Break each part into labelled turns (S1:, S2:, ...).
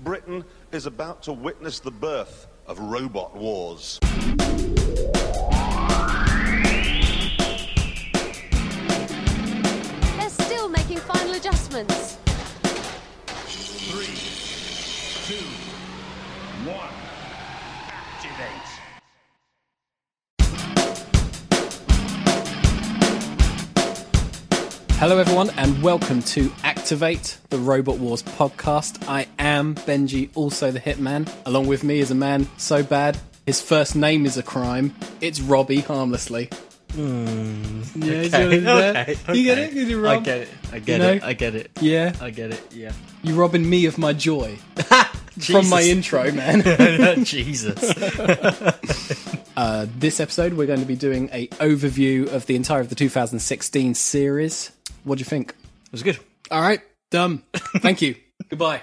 S1: Britain is about to witness the birth of robot wars.
S2: They're still making final adjustments.
S3: Three, two, one. Activate.
S4: Hello, everyone, and welcome to Activate the Robot Wars podcast. I am Benji, also the Hitman. Along with me is a man so bad his first name is a crime. It's Robbie, harmlessly. yeah,
S5: Okay,
S4: you, know,
S5: okay,
S4: you get
S5: okay.
S4: it? 'Cause you're
S5: I
S4: Rob.
S5: get it. I get
S4: You know?
S5: it. I get it.
S4: Yeah,
S5: I get it. Yeah.
S4: you're robbing me of my joy from my intro, man.
S5: Jesus.
S4: this episode, we're going to be doing a overview of the entire of the 2016 series. What do you think?
S5: It was good.
S4: All right, done. Thank you. Goodbye.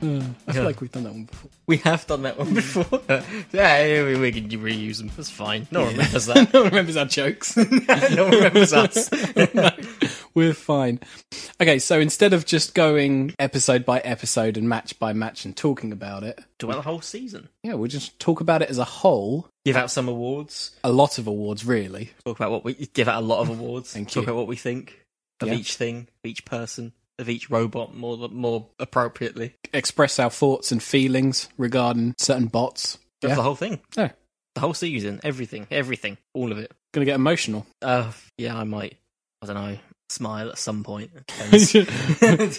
S4: I feel like we've done that one before.
S5: We have done that one before. yeah, we, we can reuse them. That's fine. No one remembers that.
S4: no one remembers our jokes.
S5: no one remembers us.
S4: We're fine. Okay, so instead of just going episode by episode and match by match and talking about it,
S5: Throughout the whole season.
S4: yeah, we'll just talk about it as a whole.
S5: Give out some awards.
S4: A lot of awards, really.
S5: Talk about what we give out a lot of awards.
S4: Thank
S5: Talk
S4: you.
S5: about what we think of
S4: Yeah.
S5: each thing, of each person, of each robot more more appropriately.
S4: Express our thoughts and feelings regarding certain bots.
S5: That's
S4: Yeah.
S5: the whole thing.
S4: Yeah.
S5: The whole season. Everything. Everything. All of it.
S4: Gonna get emotional.
S5: Uh, yeah, I might. I don't know. Smile at some point.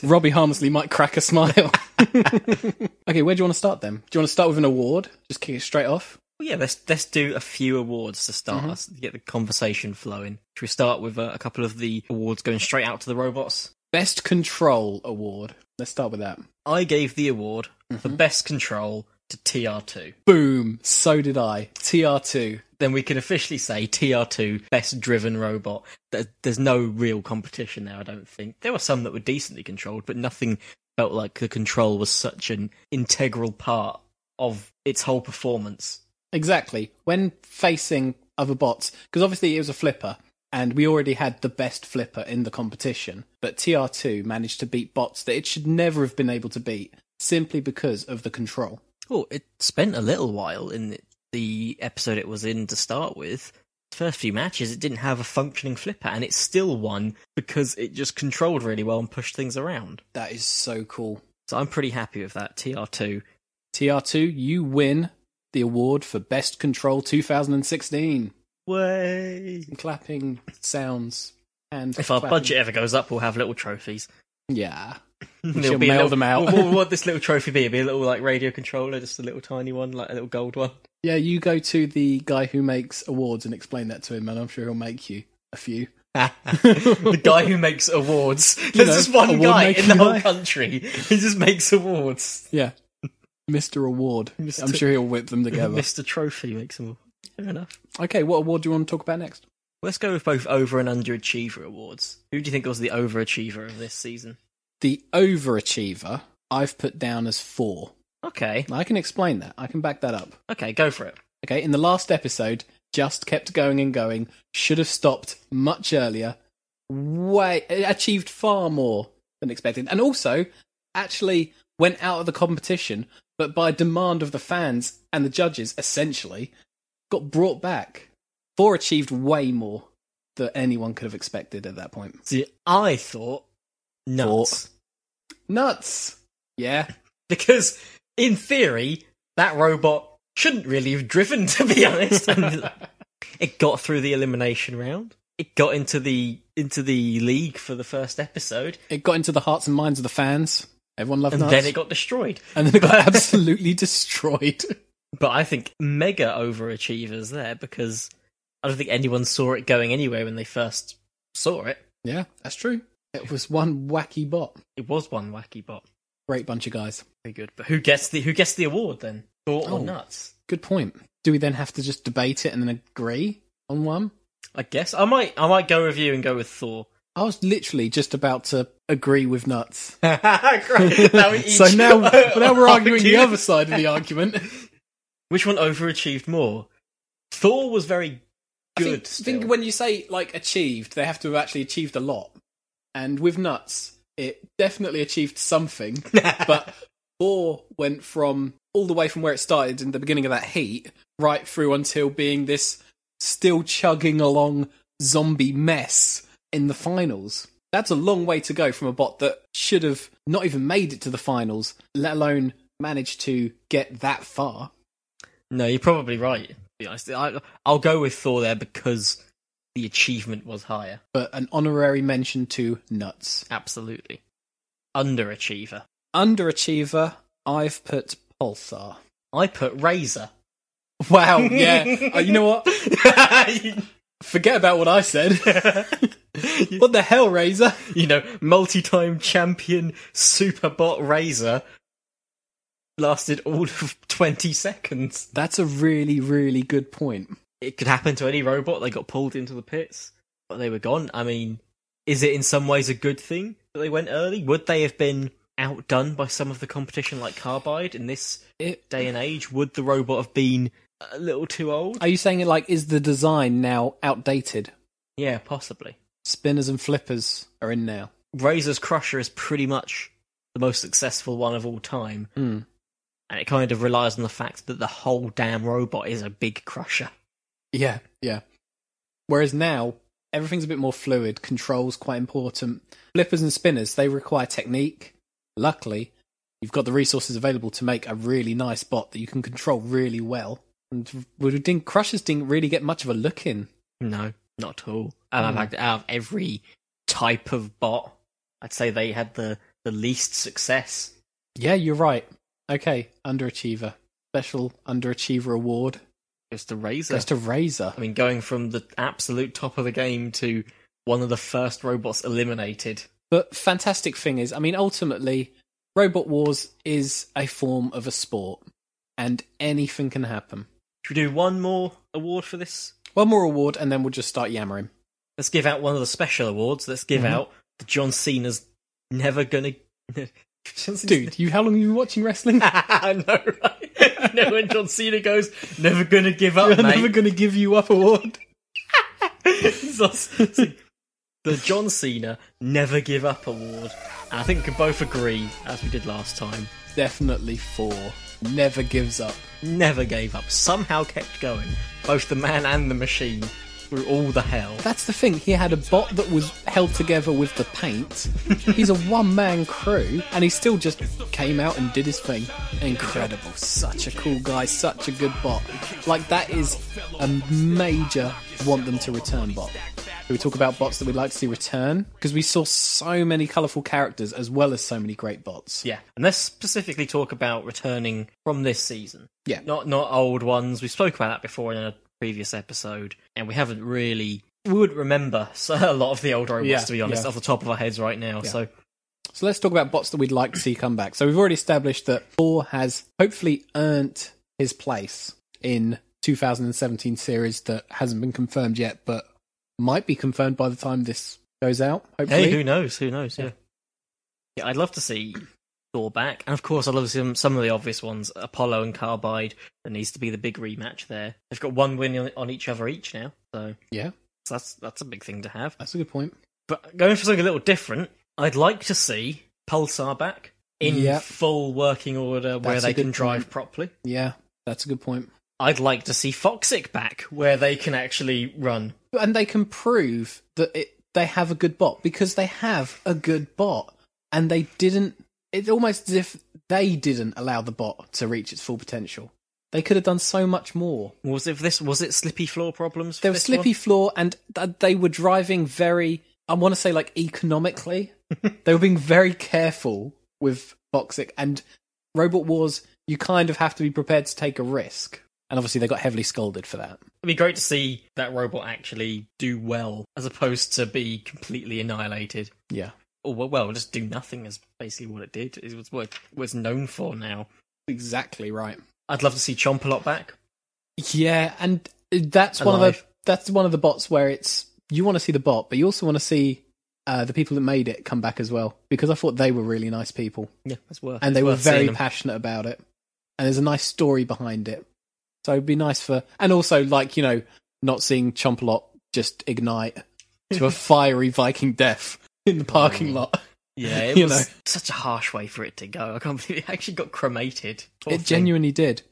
S4: Robbie harmlessly might crack a smile. okay, where do you want to start then? Do you want to start with an award? Just kick it straight off.
S5: Well, yeah, let's let's do a few awards to start us to get the conversation flowing. Should we start with uh, a couple of the awards going straight out to the robots?
S4: Best Control Award. Let's start with that.
S5: I gave the award for best control to TR2.
S4: Boom. So did I. TR2.
S5: Then we can officially say TR2 best driven robot. There- There's no real competition there, I don't think. There were some that were decently controlled, but nothing felt like the control was such an integral part of its whole performance.
S4: Exactly. When facing other bots, because obviously it was a flipper, and we already had the best flipper in the competition, but TR2 managed to beat bots that it should never have been able to beat simply because of the control.
S5: Well, Oh, it spent a little while in the- the episode it was in to start with. First few matches, it didn't have a functioning flipper, and it still won because it just controlled really well and pushed things around.
S4: That is so cool.
S5: So I'm pretty happy with that. TR2.
S4: TR2, you win the award for Best Control 2016.
S5: Way.
S4: Clapping sounds and
S5: If our
S4: clapping.
S5: budget ever goes up, we'll have little trophies.
S4: yeah,
S5: There'll
S4: shall
S5: be a
S4: mail
S5: little-
S4: them out.
S5: What, what would this little trophy be? It'd be a little like radio controller, just a little tiny one, like a little gold one.
S4: yeah, you go to the guy who makes awards and explain that to him, and I'm sure he'll make you a few.
S5: the guy who makes awards. There's
S4: know,
S5: this one
S4: award
S5: guy in the
S4: making
S5: whole
S4: guy.
S5: country. He just makes awards.
S4: Yeah. Mr. Award. I'm
S5: Mr.
S4: sure he'll whip them together.
S5: Mr. Trophy makes them all. Fair enough.
S4: okay, what award do you want to talk about next?
S5: Let's go with both over and underachiever awards. Who do you think was the overachiever of this season?
S4: The overachiever, I've put down as four.
S5: Okay,
S4: Now, I can explain that. I can back that up.
S5: okay, go for it.
S4: Okay, in the last episode, just kept going and going, should have stopped much earlier, way achieved far more than expected, and also actually went out of the competition, but by demand of the fans and the judges, essentially, got brought back. Four achieved way more than anyone could have expected at that point.
S5: See, I thought nuts
S4: Nuts! Yeah,
S5: because, in theory, that robot shouldn't really have driven. To be honest, And it got through the elimination round. It got into the into the league for the first episode,
S4: it got into the hearts and minds of the fans. Everyone loved
S5: and
S4: nuts.
S5: then it got destroyed.
S4: and then it got absolutely destroyed.
S5: But I think mega overachievers there because I don't think anyone saw it going anywhere when they first saw it.
S4: Yeah, that's true. It was one wacky bot.
S5: It was one wacky bot.
S4: Great bunch of guys.
S5: Very good. But who gets the who gets the award then? Thought
S4: Oh.
S5: or nuts?
S4: Good point. Do we then have to just debate it and then agree on one?
S5: I guess I might I might go with you and go with Thor.
S4: I was literally just about to agree with nuts.
S5: Great. Now we
S4: so
S5: each
S4: now, now we're arguing the
S5: argue.
S4: other side of the argument.
S5: Which one overachieved more? Thor was very
S4: I
S5: good.
S4: think,
S5: still.
S4: think when you say like achieved, they have to have actually achieved a lot. And with nuts, it definitely achieved something, but Boar went from all the way from where it started in the beginning of that heat right through until being this still chugging along zombie mess in the finals. That's a long way to go from a bot that should have not even made it to the finals, let alone managed to get that far.
S5: No, you're probably right. To be honest, I, I'll go with Thor there because the achievement was higher.
S4: But an honorary mention to Nuts.
S5: Absolutely, underachiever.
S4: Underachiever, I've put Pulsar.
S5: I put Razor.
S4: Wow, yeah. Uh, you know what? Forget about what I said. what the hell, Razor?
S5: you know, multi-time champion Superbot Razor lasted all of 20 seconds.
S4: That's a really, really good point.
S5: It could happen to any robot. They got pulled into the pits, but they were gone. I mean, is it in some ways a good thing that they went early? Would they have been outdone by some of the competition like Carbide in this
S4: It,
S5: day and age? Would the robot have been a little too old?
S4: are you saying it like is the design now outdated?
S5: Yeah, possibly.
S4: Spinners and flippers are in now.
S5: Razor's Crusher is pretty much the most successful one of all time.
S4: Hmm.
S5: And it kind of relies on the fact that the whole damn robot is a big crusher.
S4: Yeah, yeah. Whereas now everything's a bit more fluid. Controls quite important. Flippers and spinners they require technique. Luckily, you've got the resources available to make a really nice bot that you can control really well. And we didn't crushers didn't really get much of a look in.
S5: No, not at all. And
S4: Hmm.
S5: in fact, out of every type of bot, I'd say they had the, the least success.
S4: Yeah, you're right. Okay, underachiever. Special underachiever award
S5: It's the Razor.
S4: goes to Razor.
S5: I mean, going from the absolute top of the game to one of the first robots eliminated.
S4: But fantastic thing is, I mean, ultimately, Robot Wars is a form of a sport, and anything can happen.
S5: Should we do one more award for this?
S4: One more award, and then we'll just start yammering.
S5: Let's give out one of the special awards. Let's give
S4: Mm-hmm.
S5: out the John Cena's never gonna. John Cena's
S4: Dude, you how long have you been watching wrestling?
S5: I know, right? You know when John Cena goes, "Never gonna give up,
S4: I'm
S5: mate."
S4: never going to give you up award.
S5: It's us- it's like the John Cena Never Give Up Award, and I think we can both agree, as we did last time,
S4: Definitely four. Never gives up.
S5: never gave up. Somehow kept going, both the man and the machine, through all the hell.
S4: That's the thing. He had a bot that was held together with the paint. He's a one man crew, and he still just came out and did his thing. Incredible. Such a cool guy, such a good bot. Like, that is a major want them to return bot. We talk about bots that we'd like to see return because we saw so many colourful characters as well as so many great bots.
S5: Yeah, and let's specifically talk about returning from this season.
S4: Yeah.
S5: not not old ones. We spoke about that before in a previous episode, and we haven't really we wouldn't remember so, a lot of the old robots
S4: Yeah,
S5: to be honest
S4: yeah.
S5: off the top of our heads right now. So
S4: So let's talk about bots that we'd like to see come back. So we've already established that Thor has hopefully earned his place in 2017 series that hasn't been confirmed yet, but might be confirmed by the time this goes out. Hopefully,
S5: hey, who knows? Who knows? Yeah. yeah, I'd love to see Thor back, and of course I'd love to see some, some of the obvious ones: Apollo and Carbide. There needs to be the big rematch there. They've got one win on, on each other each now, so
S4: yeah,
S5: so that's that's a big thing to have.
S4: that's a good point.
S5: But going for something a little different, I'd like to see Pulsar back in
S4: Yeah.
S5: full working order where
S4: That's a
S5: they can
S4: good
S5: drive
S4: point.
S5: properly.
S4: Yeah, that's a good point.
S5: I'd like to see Foxic back where they can actually run.
S4: And they can prove that it, they have a good bot because they have a good bot, and they didn't. It's almost as if they didn't allow the bot to reach its full potential. They could have done so much more.
S5: Was it this? Was it slippy floor problems? for
S4: There was
S5: this
S4: slippy floor, and th- they were driving very. I want to say like economically, they were being very careful with Boxic and Robot Wars. You kind of have to be prepared to take a risk, and obviously they got heavily scolded for that.
S5: It'd be great to see that robot actually do well, as opposed to be completely annihilated.
S4: Yeah,
S5: Or well, well just do nothing is basically what it did. It was what was known for. Now,
S4: exactly right.
S5: I'd love to see Chompalot back.
S4: Yeah, and uh, that's one of the
S5: Alive.
S4: that's one of the bots where it's you want to see the bot, but you also want to see uh, the people that made it come back as well because I thought they were really nice people.
S5: Yeah, that's worth.
S4: and they
S5: it's
S4: were
S5: worth seeing
S4: very
S5: them.
S4: passionate about it. And there's a nice story behind it, so it'd be nice for and also like you know not seeing
S5: Oh,
S4: Chompalot just ignite to a fiery Viking death in the parking lot.
S5: Yeah, it
S4: You
S5: was
S4: know.
S5: such a harsh way for it to go. I can't believe it actually got cremated. Poor
S4: It
S5: thing.
S4: genuinely did.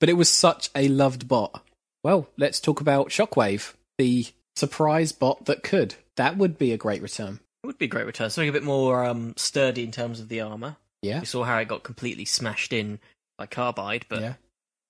S4: But it was such a loved bot. Well, let's talk about Shockwave, the surprise bot that could. That would be a great return.
S5: It would be a great return. Something a bit more um, sturdy in terms of the armor.
S4: Yeah.
S5: We saw how it got completely smashed in by carbide, but
S4: yeah.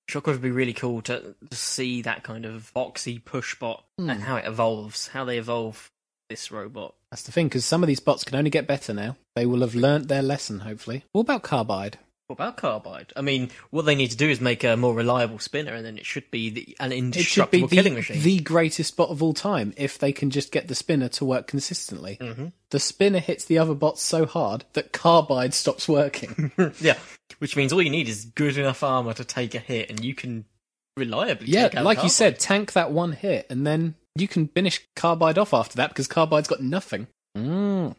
S5: Shockwave would be really cool to, to see that kind of boxy push bot
S4: Hmm.
S5: and how it evolves, how they evolve this robot.
S4: That's the thing, because some of these bots can only get better now. They will have learnt their lesson, hopefully. What about Carbide?
S5: What about carbide? I mean, what they need to do is make a more reliable spinner, and then it should be the, an
S4: It should
S5: indestructible
S4: be the,
S5: killing machine.
S4: the greatest bot of all time if they can just get the spinner to work consistently.
S5: Mm-hmm.
S4: The spinner hits the other bots so hard that Carbide stops working.
S5: yeah, which means all you need is good enough armor to take a hit, and you can reliably.
S4: yeah,
S5: take out
S4: like you
S5: Carbide.
S4: said, tank that one hit, and then you can finish Carbide off after that because Carbide's got nothing. Mm.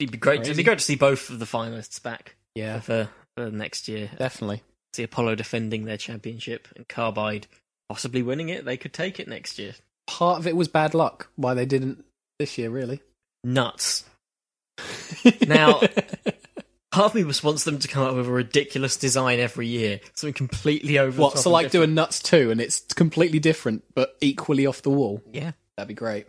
S5: it'd be great. It'd
S4: Crazy.
S5: be great to see both of the finalists back
S4: Yeah,
S5: for, for next year.
S4: definitely.
S5: See Apollo defending their championship and Carbide possibly winning it. They could take it next year.
S4: Part of it was bad luck why they didn't this year, really.
S5: Nuts. Now- Half of me just wants them to come up with a ridiculous design every year, something completely over. the
S4: what?
S5: top
S4: So,
S5: and
S4: like,
S5: different.
S4: doing Nuts 2 and it's completely different but equally off the wall.
S5: yeah.
S4: That'd be great.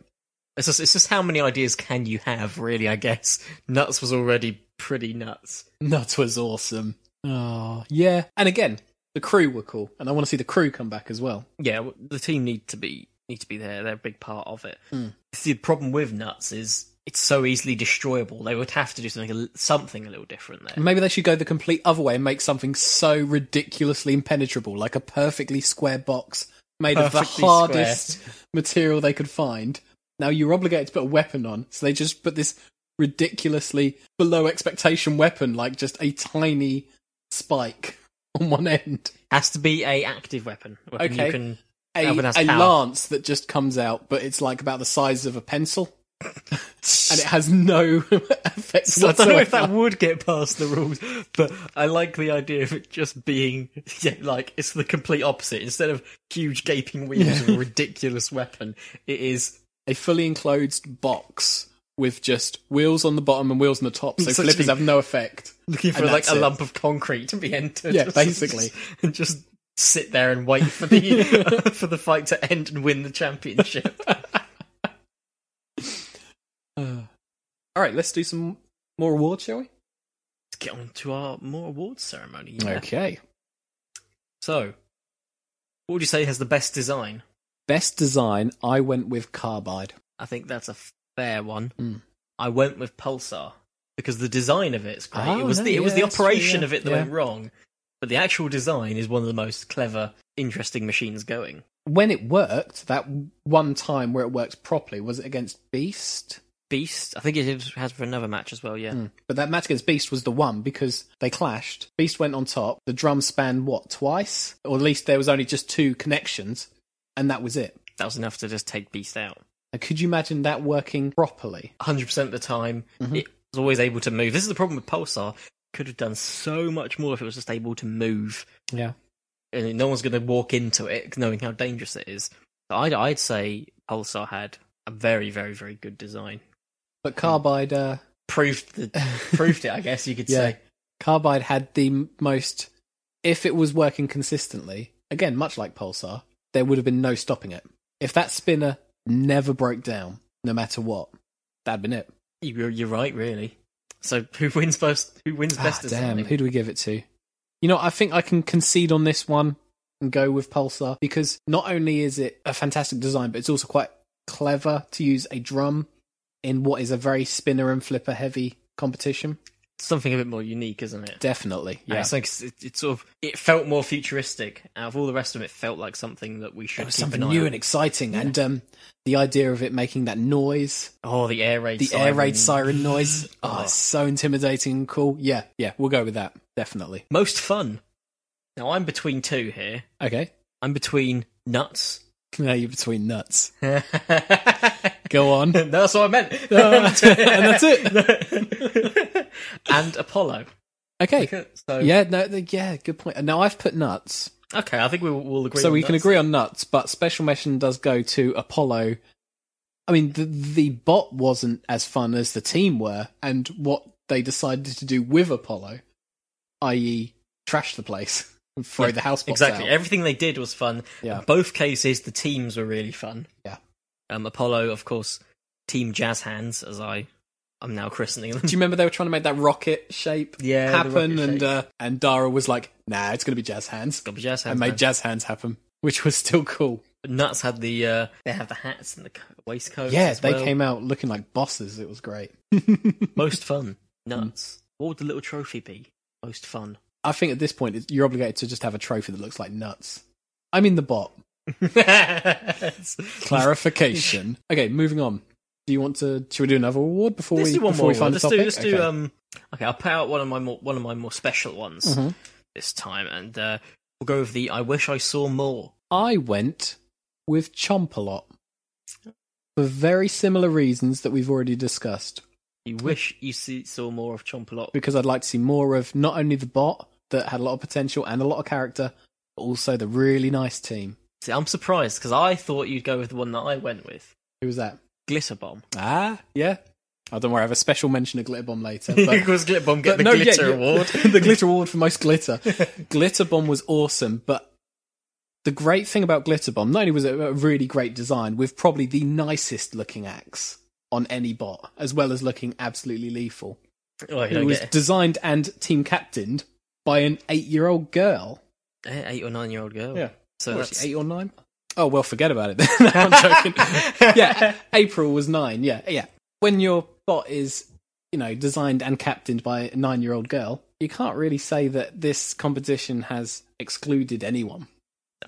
S5: It's just, it's just how many ideas can you have, really? I guess nuts was already pretty nuts.
S4: Nuts was awesome. Oh, yeah. And again, the crew were cool, and I want to see the crew come back as well.
S5: Yeah, w- the team need to be need to be there. They're a big part of it.
S4: Hmm.
S5: See, the problem with nuts is it's so easily destroyable. They would have to do something a li- something a little different there.
S4: Maybe they should go the complete other way and make something so ridiculously impenetrable, like a perfectly square box made of the
S5: Perfectly
S4: hardest material they could find. Now you're obligated to put a weapon on, so they just put this ridiculously below expectation weapon, like just a tiny spike on one end.
S5: Has to be a active weapon. a weapon
S4: Okay.
S5: You can,
S4: A,
S5: Weapon has
S4: a
S5: power.
S4: lance that just comes out, but it's like about the size of a pencil. and it has no effects
S5: I don't know if that
S4: whatsoever.
S5: would get past the rules, but I like the idea of it just being yeah, like it's the complete opposite. Instead of huge gaping wheels and a ridiculous weapon, it is
S4: a fully enclosed box with just wheels on the bottom and wheels on the top, so
S5: Such
S4: flippers
S5: a-
S4: have no effect.
S5: looking for
S4: And
S5: like
S4: that's
S5: a
S4: it.
S5: lump of concrete to be entered.
S4: Yeah, basically.
S5: and just sit there and wait for the for the fight to end and win the championship.
S4: All right, let's do some more awards, shall we?
S5: Let's get on to our more awards ceremony. yeah.
S4: Okay.
S5: So, what would you say has the best design?
S4: Best design, I went with Carbide.
S5: I think that's a fair one.
S4: Mm.
S5: I went with Pulsar because the design of it is great.
S4: Oh,
S5: it was
S4: no,
S5: the it was
S4: yeah,
S5: the
S4: that's true,
S5: operation
S4: yeah.
S5: of it that
S4: Yeah.
S5: went wrong, but the actual design is one of the most clever, interesting machines going.
S4: When it worked, that one time where it worked properly, was it against Beast?
S5: Beast, I think it is- has for another match as well. Yeah,
S4: But that match against Beast was the one because they clashed. Beast went on top. The drum spanned, what, twice? Or at least there was only just two connections, and that was it.
S5: that was enough to just take Beast out.
S4: Now, could you imagine that working properly?
S5: 100% of the time.
S4: Mm-hmm.
S5: It was always able to move. This is the problem with Pulsar. Could have done so much more if it was just able to move.
S4: Yeah.
S5: And no one's going to walk into it knowing how dangerous it is. So I'd, I'd say Pulsar had a very, very, very good design.
S4: But Carbide, uh,
S5: Proved the, proved it, I guess you could
S4: Yeah.
S5: say.
S4: Carbide had the m- most. If it was working consistently, again, much like Pulsar, there would have been no stopping it. If that spinner never broke down, no matter what, that'd been it.
S5: You're, you're right, really. So who wins most? Who wins
S4: ah,
S5: best design?
S4: damn, who do we give it to? You know, I think I can concede on this one and go with Pulsar because not only is it a fantastic design, but it's also quite clever to use a drum in what is a very spinner and flipper heavy competition.
S5: Something a bit more unique, isn't it?
S4: Definitely,
S5: Yeah.
S4: yeah.
S5: It's like it, it sort of it felt more futuristic. Out of all the rest of it, felt like something that we should.
S4: It was
S5: keep
S4: Oh, something
S5: an eye
S4: new
S5: on.
S4: and exciting, and um, the idea of it making that noise,
S5: Oh, the air raid.
S4: the air raid
S5: siren.
S4: siren noise, oh, it's so intimidating and cool. Yeah, yeah, we'll go with that definitely.
S5: Most fun. Now I'm between two here.
S4: Okay,
S5: I'm between nuts.
S4: now you're between nuts.
S5: That's
S4: Go on.
S5: what I meant.
S4: and that's
S5: it. and Apollo.
S4: Okay.
S5: Okay, So
S4: Yeah, no, th- yeah, good point. Now I've put nuts,
S5: Okay, I think we will we'll agree.
S4: so
S5: on
S4: we can
S5: nuts.
S4: agree on nuts, but special mention does go to Apollo. I mean, the the bot wasn't as fun as the team were, and what they decided to do with Apollo, i.e., trash the place and throw the house box
S5: exactly.
S4: out.
S5: Everything they did was fun.
S4: Yeah.
S5: In both cases, the teams were really fun.
S4: Yeah.
S5: Um, Apollo, of course, Team Jazz Hands, as I, I'm now christening them.
S4: Do you remember they were trying to make that rocket shape
S5: Yeah, the
S4: happen,
S5: rocket
S4: and
S5: shape.
S4: uh, and Dara was like, "Nah, it's gonna be jazz hands."
S5: Got the Jazz
S4: I
S5: Hands.
S4: made
S5: man.
S4: jazz hands happen, which was still cool.
S5: Nuts had the uh, they have the hats and the co- waistcoats.
S4: yeah,
S5: as
S4: they
S5: well.
S4: came out looking like bosses. It was great.
S5: most fun.
S4: Mm.
S5: Nuts. What would the little trophy be? Most fun.
S4: I think at this point it's- you're obligated to just have a trophy that looks like nuts. I'm in the bot. Clarification. okay, moving on. Do you want to? Should we do another award before
S5: Let's
S4: we
S5: do one
S4: before
S5: more.
S4: we find
S5: One. Let's
S4: a
S5: do.
S4: topic?
S5: Let's do.
S4: Okay.
S5: Um. Okay, I'll pay out one of my more one of my more special ones
S4: Mm-hmm.
S5: this time, and uh, we'll go with the "I wish I saw more."
S4: I went with Chomp a lot for very similar reasons that we've already discussed.
S5: You wish you see, saw more of Chompalot.
S4: Because I'd like to see more of not only the bot that had a lot of potential and a lot of character, but also the really nice team.
S5: See, I'm surprised because I thought you'd go with the one that I went with,
S4: Who was that?
S5: Glitter Bomb.
S4: Ah, yeah. Oh, don't worry, I have a special mention of Glitter Bomb later. But
S5: Because Glitter Bomb get
S4: But
S5: the
S4: no, yeah,
S5: Glitter
S4: yeah.
S5: Award.
S4: the glitter award for most glitter. glitter bomb was awesome, but the great thing about glitter bomb, not only was it a really great design with probably the nicest looking axe on any bot, as well as looking absolutely lethal.
S5: Oh, you
S4: It
S5: don't
S4: was
S5: get
S4: designed and team captained by an eight-year-old girl.
S5: an Eh, eight or nine year old girl. So
S4: What,
S5: that's
S4: is she, eight or nine. Oh well, forget about it. Then. No, I'm joking. yeah, April was nine. Yeah, yeah. When your bot is, you know, designed and captained by a nine-year-old girl, you can't really say that this competition has excluded anyone.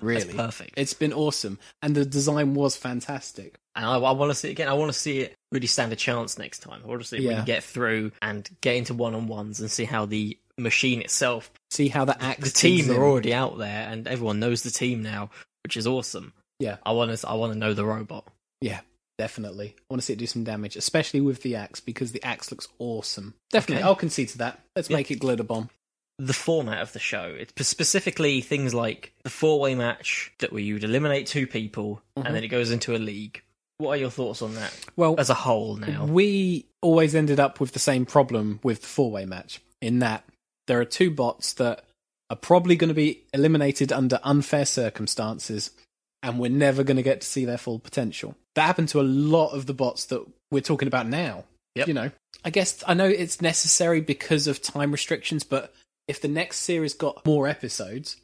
S4: Really,
S5: perfect.
S4: It's been awesome, and the design was fantastic.
S5: And I, I want to see it again. I want to see it really stand a chance next time. I want to see it
S4: Yeah.
S5: really get through and get into one on ones and see how the machine itself,
S4: See how the axe
S5: the team
S4: digs in.
S5: are already out there and everyone knows the team now, which is awesome.
S4: Yeah.
S5: I want to. I want to know the robot.
S4: Yeah, definitely. I want to see it do some damage, especially with the axe because the axe looks awesome. Definitely,
S5: Okay.
S4: I'll concede to that. Let's make it glitter bomb.
S5: the format of the show. It's p- specifically things like the four-way match that where you'd eliminate two people and then it goes into a league. What are your thoughts on that
S4: Well,
S5: as a whole now?
S4: We always ended up with the same problem with the four way match, in that there are two bots that are probably going to be eliminated under unfair circumstances, and we're never going to get to see their full potential. That happened to a lot of the bots that we're talking about now.
S5: Yep.
S4: You know, I guess I know it's necessary because of time restrictions, but if the next series got more episodes,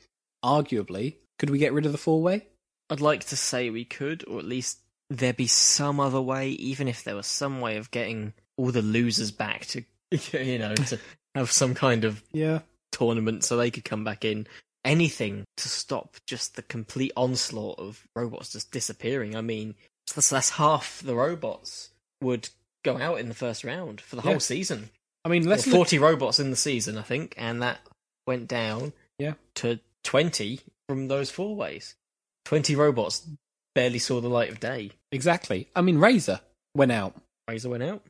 S4: arguably, could we get rid of the four way?
S5: I'd like to say we could, or at least there be some other way, even if there was some way of getting all the losers back to, you know, to have some kind of
S4: Yeah.
S5: tournament so they could come back in. Anything to stop just the complete onslaught of robots just disappearing. I mean, that's, that's half the robots would go out in the first round for the
S4: Yeah.
S5: whole season.
S4: I mean,
S5: There
S4: let's
S5: were
S4: look-
S5: 40 robots in the season, I think, and that went down
S4: Yeah.
S5: to 20 from those four ways. 20 robots barely saw the light of day.
S4: Exactly. I mean, Razor went out.
S5: Razor went out,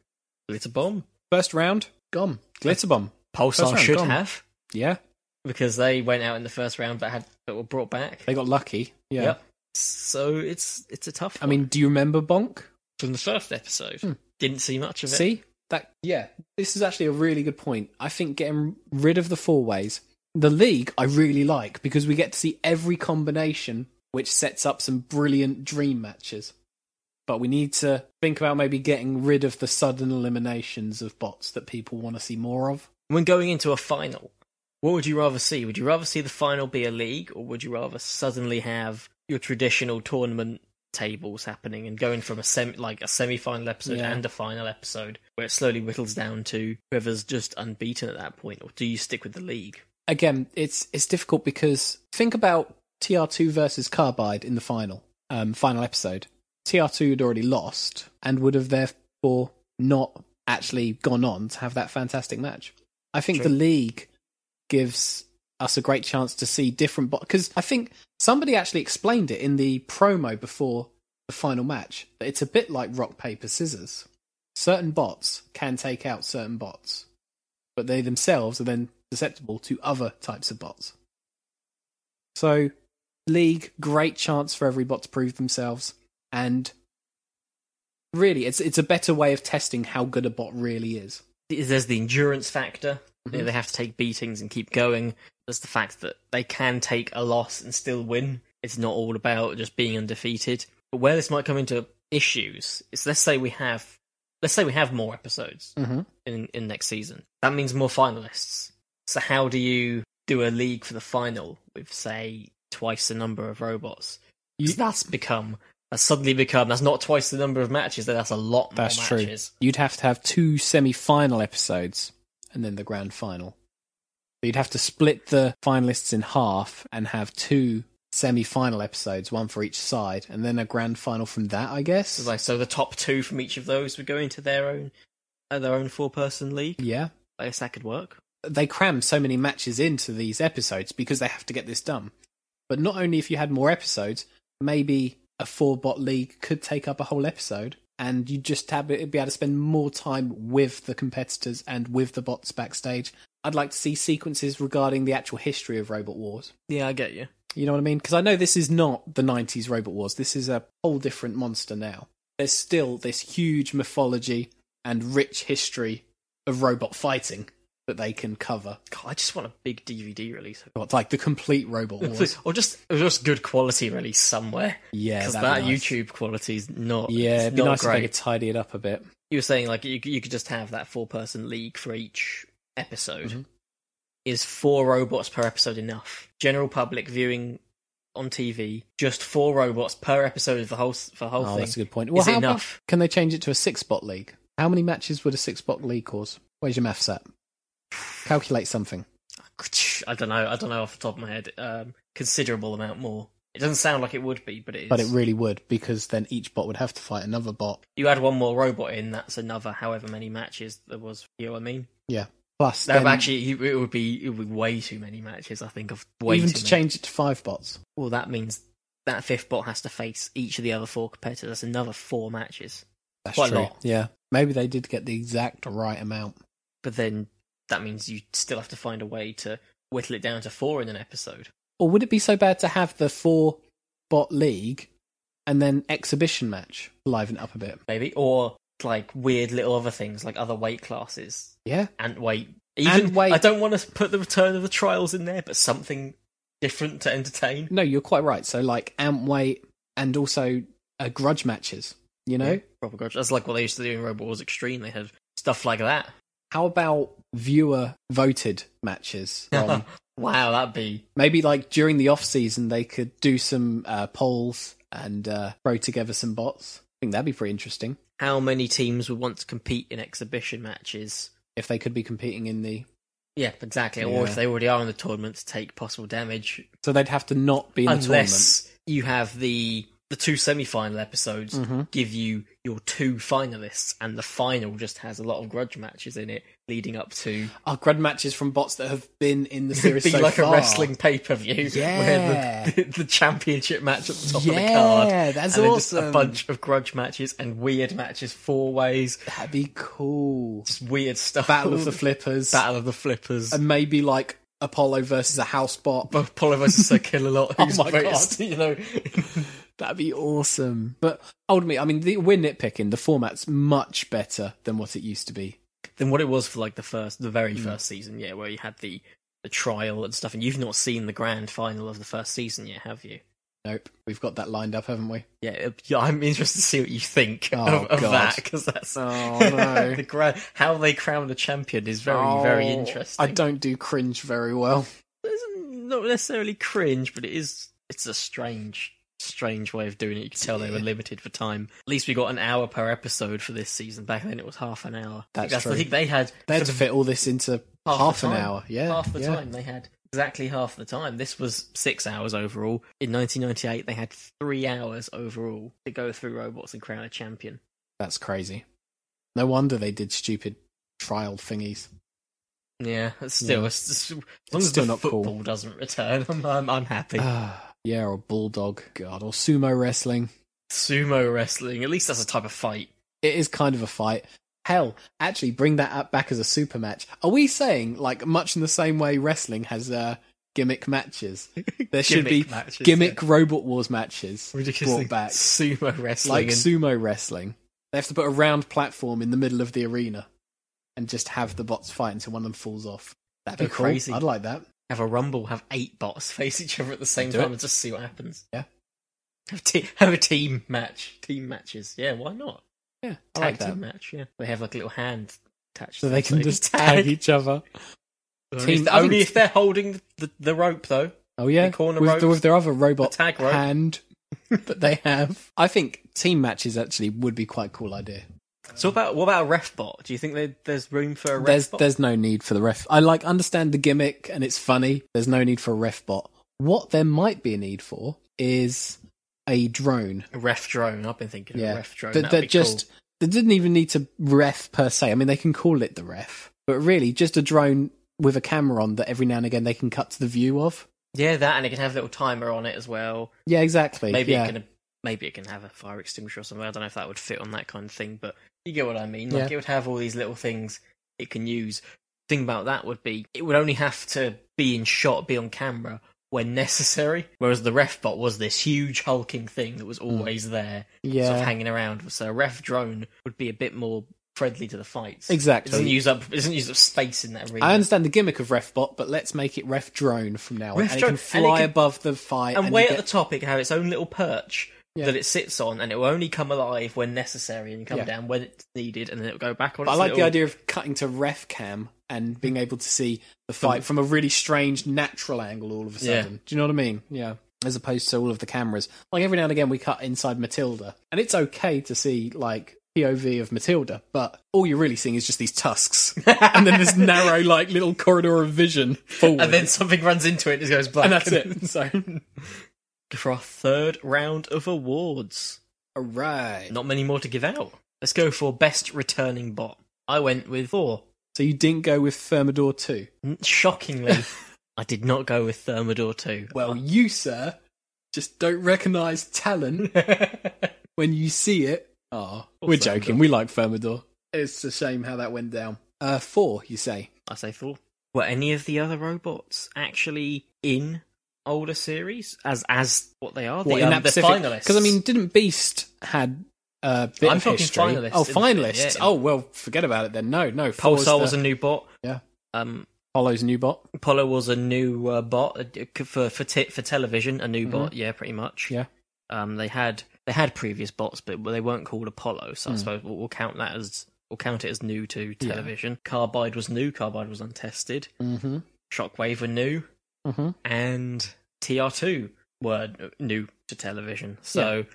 S5: lit a bomb.
S4: First round, gone. Glitter bomb. First
S5: Pulsar
S4: round,
S5: should
S4: gone.
S5: have,
S4: Yeah,
S5: because they went out in the first round but, had, but were brought back.
S4: they got lucky. Yeah.
S5: Yep. So it's it's a tough.
S4: I
S5: one.
S4: mean, do you remember Bonk?
S5: from the first episode,
S4: Hmm.
S5: didn't see much of it.
S4: See that? Yeah, this is actually a really good point. I think getting rid of the four ways, the league, I really like because we get to see every combination, which sets up some brilliant dream matches. But we need to think about maybe getting rid of the sudden eliminations of bots that people want to see more of.
S5: when going into a final, what would you rather see? Would you rather see the final be a league, or would you rather suddenly have your traditional tournament tables happening and going from a semi like a semi final episode
S4: Yeah.
S5: and a final episode where it slowly whittles down to whoever's just unbeaten at that point, or do you stick with the league?
S4: again, it's it's difficult because think about TR2 versus Carbide in the final um, final episode. TR2 had already lost and would have therefore not actually gone on to have that fantastic match. I think
S5: True.
S4: the league gives us a great chance to see different because I think somebody actually explained it in the promo before the final match that it's a bit like rock paper scissors. Certain bots can take out certain bots but they themselves are then susceptible to other types of bots. So, league, great chance for every bot to prove themselves, and really, it's it's a better way of testing how good a bot really is.
S5: The- there's the endurance factor. You
S4: Mm-hmm.
S5: know, they have to take beatings and keep going. There's the fact that they can take a loss and still win. It's not all about just being undefeated. But where this might come into issues is let's say we have let's say we have more episodes
S4: Mhm.
S5: in in next season. That means more finalists. So how do you do a league for the final with say twice the number of robots? 'Cause
S4: You-
S5: that's become that's suddenly become that's not twice the number of matches. That's a lot.
S4: That's
S5: more
S4: true.
S5: matches.
S4: You'd have to have two semi-final episodes and then the grand final. So you'd have to split the finalists in half and have two semi-final episodes, one for each side, and then a grand final from that, I guess.
S5: So, like, so the top two from each of those would go into their own uh, their own four person league.
S4: yeah.
S5: I guess that could work.
S4: They cram so many matches into these episodes because they have to get this done. But not only if you had more episodes, maybe a four bot league could take up a whole episode and you'd just have, it'd be able to spend more time with the competitors and with the bots backstage. I'd like to see sequences regarding the actual history of Robot Wars.
S5: Yeah, I get you.
S4: You know what I mean? Because I know this is not the 90s Robot Wars. This is a whole different monster now. There's still this huge mythology and rich history of robot fighting that they can cover.
S5: God, I just want a big DVD release,
S4: What, Like the complete Robot Wars.
S5: or just or just good quality release somewhere.
S4: Yeah,
S5: because
S4: that'd
S5: that
S4: be nice.
S5: YouTube quality is not.
S4: Yeah,
S5: it's
S4: it'd be
S5: not
S4: nice if
S5: great.
S4: they could tidy it up a bit.
S5: You were saying like you you could just have that four person league for each episode.
S4: Mm-hmm.
S5: Is four robots per episode enough? General public viewing on TV, just four robots per episode of the whole s- for the whole
S4: Oh,
S5: thing.
S4: that's a good point.
S5: Is
S4: Well,
S5: it
S4: how about-
S5: enough?
S4: can they change it to a six bot league? How many matches would a six bot league cause? Where's your maths at? Calculate something.
S5: I don't know. I don't know off the top of my head. Um, considerable amount more. It doesn't sound like it would be, but it is.
S4: But it really would, because then each bot would have to fight another bot.
S5: you add one more robot in, that's another however many matches there was. You know what I mean?
S4: Yeah. Plus,
S5: No,
S4: then-
S5: but actually, you- it would be it would be way too many matches. I think of way
S4: even
S5: too
S4: to
S5: many.
S4: change it to five bots.
S5: Well, that means that fifth bot has to face each of the other four competitors. That's another four matches.
S4: That's
S5: Quite a
S4: true.
S5: lot.
S4: Yeah. Maybe they did get the exact right amount.
S5: But then that means you still have to find a way to whittle it down to four in an episode.
S4: Or would it be so bad to have the four bot league and then exhibition match liven it up a bit?
S5: maybe, or like weird little other things like other weight classes,
S4: Yeah.
S5: ant weight. Even
S4: Ant weight.
S5: I don't want to put the return of the trials in there, but something different to entertain.
S4: No, you're quite right. So like amp weight and also uh, grudge matches, you know?
S5: Yeah, proper grudge. That's like what they used to do in Robot Wars Extreme. They had stuff like that.
S4: How about viewer voted matches from
S5: wow, that'd be
S4: maybe like during the off season they could do some uh, polls and uh, throw together some bots. I think that'd be pretty interesting
S5: how many teams would want to compete in exhibition matches.
S4: if they could be competing in the
S5: Yeah, exactly. Or if
S4: Yeah.
S5: they already are in the tournament, to take possible damage
S4: So they'd have to not be in the tournament. Mm-hmm.
S5: unless you have the the two semi-final episodes give you your two finalists and the final just has a lot of grudge matches in it leading up to
S4: Our grudge matches from bots that have been in the
S5: it'd
S4: series
S5: be
S4: so
S5: like
S4: far.
S5: a wrestling pay-per-view
S4: Yeah.
S5: where the, the, the championship match at the top of the
S4: Yeah,
S5: card
S4: that's
S5: and then just a
S4: awesome.
S5: bunch of grudge matches and weird matches four ways
S4: That'd be cool.
S5: just weird stuff
S4: Battle of the Flippers,
S5: battle of the flippers Oh,
S4: and maybe like Apollo versus a house bot.
S5: both Apollo versus Sir Kill a lot.
S4: Oh my
S5: You know,
S4: That'd be awesome. But ultimately, I mean, the, we're nitpicking. The format's much better than what it used to be.
S5: than what it was for like the first, the very first season, yeah, where you had the the trial and stuff. And you've not seen the grand final of the first season yet, have you?
S4: Nope, we've got that lined up, haven't we?
S5: Yeah, it- yeah, I'm interested to see what you think
S4: Oh,
S5: of, of
S4: God.
S5: that because that's
S4: Oh, no.
S5: the gra- how they crown the champion is very very
S4: Oh,
S5: interesting.
S4: I don't do cringe very well.
S5: It's not necessarily cringe, but it is. It's a strange, strange way of doing it. You can tell they were limited for time. At least we got an hour per episode for this season. Back then, it was half an hour. I think
S4: That's true.
S5: I think they had
S4: They had to fit all this into half,
S5: half, the
S4: an
S5: time.
S4: hour. Yeah,
S5: half the
S4: yeah.
S5: time they had exactly half the time. This was six hours overall. In 1998, they had three hours overall to go through robots and crown a champion.
S4: That's crazy. No wonder they did stupid trial thingies.
S5: Yeah, it's still,
S4: Yeah.
S5: It's, it's- as long as
S4: still
S5: the
S4: not cool.
S5: football doesn't return, I'm, I'm, I'm happy.
S4: Ah, yeah, or bulldog, god, or sumo wrestling.
S5: Sumo wrestling, at least that's a type of fight.
S4: It is kind of a fight. Hell, actually, bring that up back as a super match. Are we saying like much in the same way wrestling has uh, gimmick matches? There should be
S5: Gimmick matches,
S4: gimmick robot wars matches
S5: Ridiculous
S4: brought back,
S5: sumo wrestling.
S4: like
S5: and-
S4: sumo wrestling. They have to put a round platform in the middle of the arena. and just have the bots fight until one of them falls off. That'd be
S5: That'd be
S4: cool.
S5: crazy.
S4: I'd like that.
S5: Have a rumble, have eight bots face each other at the same
S4: Do
S5: time
S4: it.
S5: and just see what happens.
S4: Yeah.
S5: Have, te- have a team match. Team matches. Yeah, why not?
S4: Yeah, I
S5: Tag
S4: like
S5: team
S4: that.
S5: match, yeah. They have like a little hand attached
S4: So
S5: to
S4: they
S5: them
S4: can
S5: so
S4: just tag each other.
S5: Only,
S4: Team-
S5: if,
S4: I think-
S5: only if they're holding the, the rope, though.
S4: Oh yeah,
S5: The corner
S4: with,
S5: ropes,
S4: the- with their other robot
S5: the tag rope.
S4: hand that they have. I think team matches actually would be quite a cool idea.
S5: So what about what about a ref bot? Do you think there, there's room for a ref
S4: There's
S5: bot?
S4: there's no need for the ref. I like understand the gimmick and it's funny. There's no need for a ref bot. What there might be a need for is a drone.
S5: a ref drone. I've been thinking of
S4: Yeah,
S5: a ref drone.
S4: that,
S5: That'd be
S4: that just
S5: cool.
S4: they didn't even need to ref per se. I mean, they can call it the ref, but really just a drone with a camera on that every now and again they can cut to the view of.
S5: yeah, that, and it can have a little timer on it as well.
S4: Yeah, exactly.
S5: Maybe
S4: yeah.
S5: it can maybe it can have a fire extinguisher or something. I don't know if that would fit on that kind of thing, but you get what I mean. Like
S4: Yeah.
S5: it would have all these little things it can use. Thing about that would be it would only have to be in shot, be on camera when necessary. Whereas the ref bot was this huge hulking thing that was always there,
S4: Hmm. yeah.
S5: sort of hanging around. So a ref drone would be a bit more friendly to the fights. It
S4: Exactly.
S5: doesn't use up it doesn't use up space in that arena.
S4: I understand the gimmick of RefBot, but let's make it Ref Drone from now on.
S5: Ref
S4: and
S5: Drone,
S4: it can
S5: and it
S4: fly
S5: can-
S4: above the fight.
S5: and way
S4: you
S5: at the
S4: get-
S5: top, it can have its own little perch
S4: Yeah.
S5: that it sits on, and it will only come alive when necessary and come
S4: Yeah.
S5: down when it's needed, and then it'll go back on.
S4: But I
S5: its
S4: like the
S5: little-
S4: idea of cutting to Ref Cam and being able to see the fight from a really strange natural angle all of a
S5: Yeah.
S4: sudden. Do you know what I mean? Yeah. As opposed to all of the cameras. Like every now and again we cut inside Matilda. And it's okay to see like POV of Matilda, but all you're really seeing is just these tusks. and then this narrow, like little corridor of vision forward.
S5: and then something runs into it and it goes black.
S4: and that's it. So
S5: For our third round of awards,
S4: Alright.
S5: not many more to give out. Let's go for best returning bot. I went with four.
S4: So you didn't go with Thermidor two.
S5: N- Shockingly, I did not go with Thermidor two.
S4: Well, you, sir, just don't recognise talent when you see it. Ah, we're
S5: Thermidor.
S4: joking. We like Thermidor. It's a shame how that went down. Uh, four, you say?
S5: I say four. Were any of the other robots actually in older series as as what they are?
S4: What,
S5: the, um, the finalists.
S4: Because I mean, didn't Beast had a bit
S5: I'm
S4: of
S5: talking
S4: history?
S5: finalists,
S4: Oh,
S5: isn't it?
S4: finalists.
S5: Yeah.
S4: Oh well, forget about it then. No, no. four's
S5: Pulsar
S4: the-
S5: was a new bot.
S4: Yeah.
S5: Um,
S4: Hollow's new bot.
S5: Apollo was a new uh, bot uh, for for t- for television, a new bot. Yeah, pretty much.
S4: Mm-hmm. Yeah.
S5: Um, they had they had previous bots, but they weren't called Apollo.
S4: Mm.
S5: So I suppose we'll, we'll count that as we'll count it as new to television. Carbide was new. Carbide was untested.
S4: Mm-hmm.
S5: Shockwave were new.
S4: Mm-hmm.
S5: and TR2 were n- new to television. So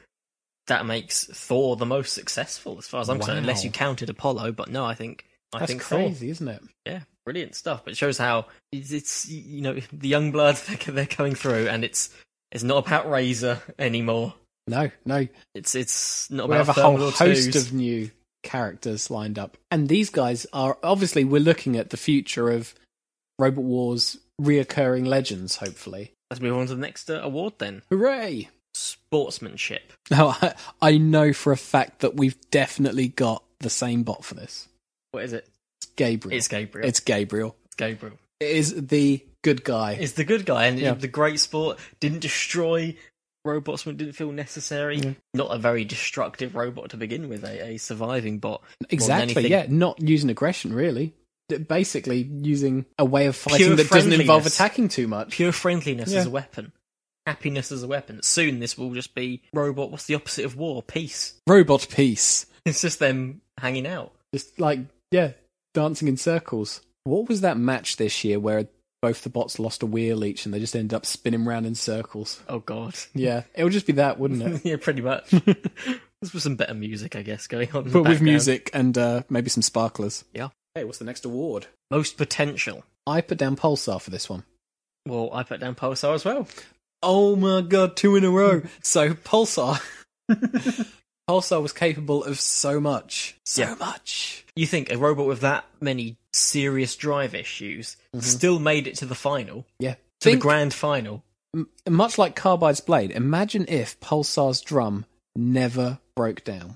S5: that makes Thor the most successful, as far as I'm concerned, unless
S4: Wow.
S5: you counted Apollo. But no, I think I
S4: That's
S5: think Thor.
S4: crazy, isn't it?
S5: Yeah, brilliant stuff. But it shows how it's, it's you know the young blood they're coming through, and it's it's not about Razor anymore.
S4: No, no.
S5: It's it's not
S4: we
S5: about
S4: have a whole
S5: Thermal
S4: host
S5: 2s.
S4: of new characters lined up and these guys are obviously we're looking at the future of robot wars reoccurring legends hopefully
S5: Let's move on to the next uh, award then.
S4: hooray
S5: Sportsmanship.
S4: now I, I know for a fact that we've definitely got the same bot for this
S5: What is it?
S4: it's gabriel
S5: It's Gabriel.
S4: It's Gabriel.
S5: Gabriel.
S4: it is the good guy
S5: is the good guy and
S4: Yeah.
S5: the great sport didn't destroy robots when it didn't feel necessary not a very destructive robot to begin with a, a surviving bot more than
S4: exactly
S5: anything.
S4: yeah not using aggression really D- basically using a way of fighting
S5: Pure
S4: that doesn't involve
S5: friendliness.
S4: attacking too much
S5: pure friendliness
S4: Yeah.
S5: as a weapon happiness as a weapon soon this will just be robot what's the opposite of war peace
S4: robot peace
S5: it's just them hanging out
S4: just like yeah, dancing in circles. What was that match this year where both the bots lost a wheel each and they just ended up spinning round in circles?
S5: oh god
S4: Yeah, it would just be that, wouldn't it?
S5: yeah pretty much this was some better music i guess going on in the
S4: but with
S5: background.
S4: music and uh, maybe some sparklers.
S5: Yeah.
S4: Hey, what's the next award?
S5: most potential
S4: I put down Pulsar for this one.
S5: well i put down pulsar as well
S4: Oh my god, two in a row. so Pulsar, Pulsar was capable of so much, so
S5: Yeah.
S4: much.
S5: you think a robot with that many serious drive issues still made it to the final,
S4: Yeah.
S5: to
S4: Mm-hmm. Think-
S5: the grand final.
S4: M- much like Carbide's blade, imagine if Pulsar's drum never broke down.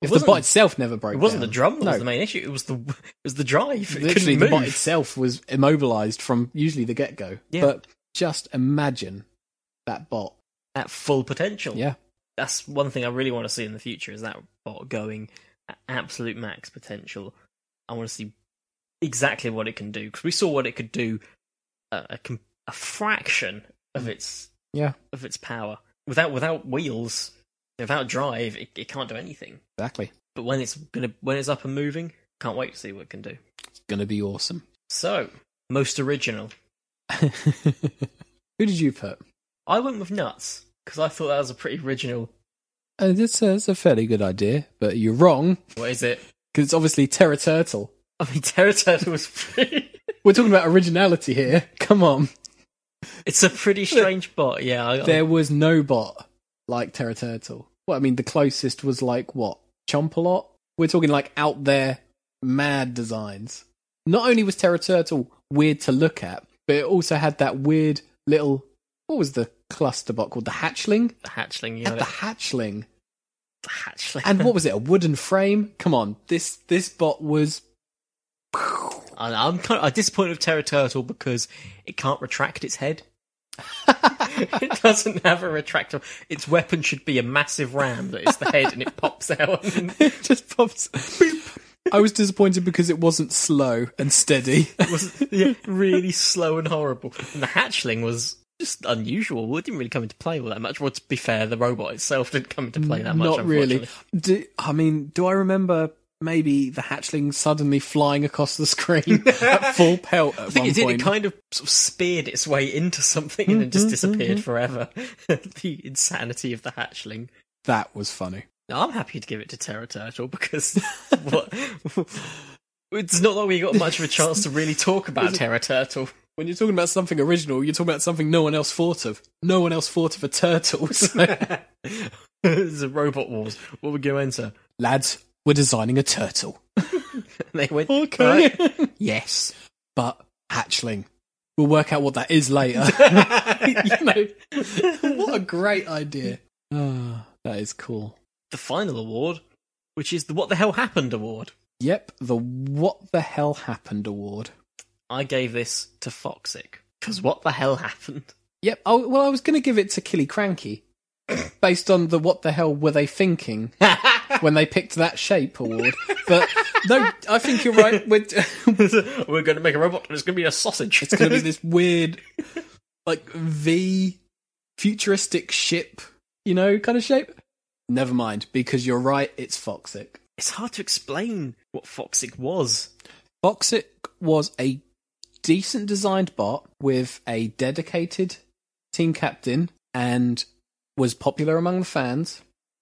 S4: If the
S5: wasn't-
S4: bot itself never broke
S5: It
S4: down.
S5: wasn't the drum that
S4: No,
S5: was the main issue; it was the it was the drive. It
S4: literally
S5: couldn't
S4: the bot
S5: move.
S4: itself was immobilized from usually the get go.
S5: Yeah.
S4: But just imagine that bot.
S5: at full potential.
S4: Yeah.
S5: that's one thing I really want to see in the future is that bot going at absolute max potential. I want to see exactly what it can do because we saw what it could do uh, a, a, com- a fraction
S4: Mm.
S5: of its
S4: Yeah.
S5: of its power without without wheels without drive it, it can't do anything
S4: Exactly.
S5: but when it's gonna when it's up and moving can't wait to see what it can do
S4: It's going to be awesome.
S5: so most original
S4: Who did you put?
S5: i went with nuts because i thought that was a pretty original
S4: Uh, that's, a, that's a fairly good idea, but you're wrong
S5: what is it
S4: because it's obviously Terra Turtle.
S5: i mean terra turtle was pretty
S4: We're talking about originality here. Come on.
S5: it's a pretty strange bot yeah I, I,
S4: There was no bot like Terra Turtle. Well, I mean, the closest was like what? Chompalot? We're talking like out there mad designs. Not only was Terra Turtle weird to look at, but it also had that weird little, what was the cluster bot called? The hatchling?
S5: the hatchling you
S4: Had
S5: know
S4: the hatchling.
S5: the hatchling
S4: And what was it? A wooden frame? Come on. This, this bot was
S5: And I'm kind of I'm disappointed with Terra Turtle because it can't retract its head. it doesn't have a retractor. Its weapon should be a massive ram that is the head and it pops out. And
S4: it just pops. I was disappointed because it wasn't slow and steady.
S5: it was yeah, really slow and horrible. And the hatchling was just unusual. It didn't really come into play all that much. Well, to be fair, the robot itself didn't come into play that much.
S4: Not really.
S5: unfortunately.
S4: Do, I mean, do I remember maybe the hatchling suddenly flying across the screen at full pelt at
S5: I think
S4: one Mm-hmm,
S5: it did.
S4: point?
S5: It kind of, sort of speared its way into something and then just disappeared forever. the insanity of the hatchling.
S4: That was funny.
S5: No, I'm happy to give it to Terra Turtle because what, it's not like we got much of a chance to really talk about Terra Turtle.
S4: When you're talking about something original, you're talking about something no one else thought of. No one else thought of a turtle. So.
S5: it's a robot wars. What would you enter?
S4: Lads, we're designing a turtle.
S5: And they went "Alright, yes.
S4: but hatchling. We'll work out what that is later. you know, what a great idea. Ah, that is cool.
S5: The final award, which is the What the Hell Happened award.
S4: Yep, the What the Hell Happened award.
S5: I gave this to Foxic because what the hell happened?
S4: Yep, oh, well, I was going to give it to Killy Cranky based on the What the Hell Were They Thinking when they picked that shape award. But no, I think you're right. We're,
S5: We're going to make a robot and it's going to be a sausage.
S4: It's going to be this weird, like V futuristic ship, you know, kind of shape. Never mind, because you're right, it's Foxic.
S5: it's hard to explain what Foxic was.
S4: Foxic was a decent designed bot with a dedicated team captain and was popular among the fans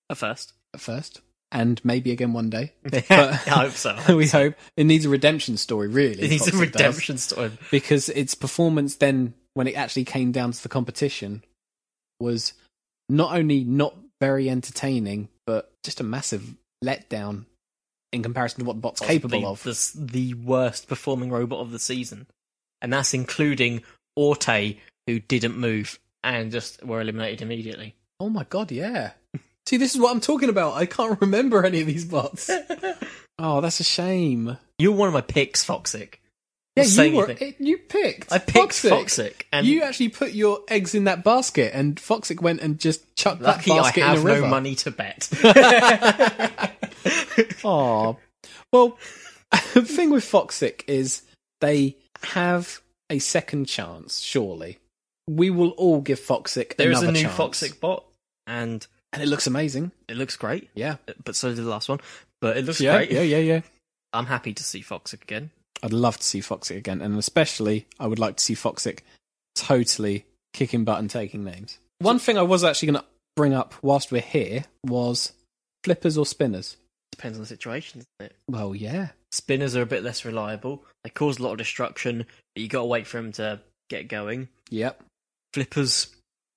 S5: At first,
S4: at first and maybe again one day.
S5: I hope so.
S4: we hope it needs a redemption story, really.
S5: It needs a
S4: Foxic does.
S5: redemption story.
S4: because its performance then when it actually came down to the competition was not only not very entertaining but just a massive letdown in comparison to what the bot's capable of
S5: The, s- the worst performing robot of the season. And that's including Orte, who didn't move and just were eliminated immediately.
S4: oh my god yeah see this is what i'm talking about i can't remember any of these bots oh that's a shame
S5: You're one of my picks, Foxic.
S4: yeah
S5: saying
S4: you were
S5: anything.
S4: it, you picked
S5: I picked Foxic, and
S4: you actually put your eggs in that basket and foxic went and just chucked
S5: lucky
S4: that
S5: I
S4: basket
S5: have
S4: in a river
S5: no money to bet.
S4: Oh, well, the thing with Foxic is they have a second chance. Surely, we will all give Foxic
S5: there is
S4: another
S5: a new
S4: chance.
S5: Foxic bot, and
S4: and it looks amazing.
S5: it looks great.
S4: Yeah,
S5: But so did the last one. But it looks
S4: yeah,
S5: great.
S4: yeah, yeah, yeah.
S5: I'm happy to see Foxic again.
S4: I'd love to see Foxic again, and especially I would like to see Foxic totally kicking butt and taking names. One thing I was actually going to bring up whilst we're here was flippers or spinners.
S5: Depends on the situation, doesn't it?
S4: Well, yeah,
S5: Spinners are a bit less reliable. They cause a lot of destruction, but you got to wait for them to get going.
S4: yep.
S5: Flippers,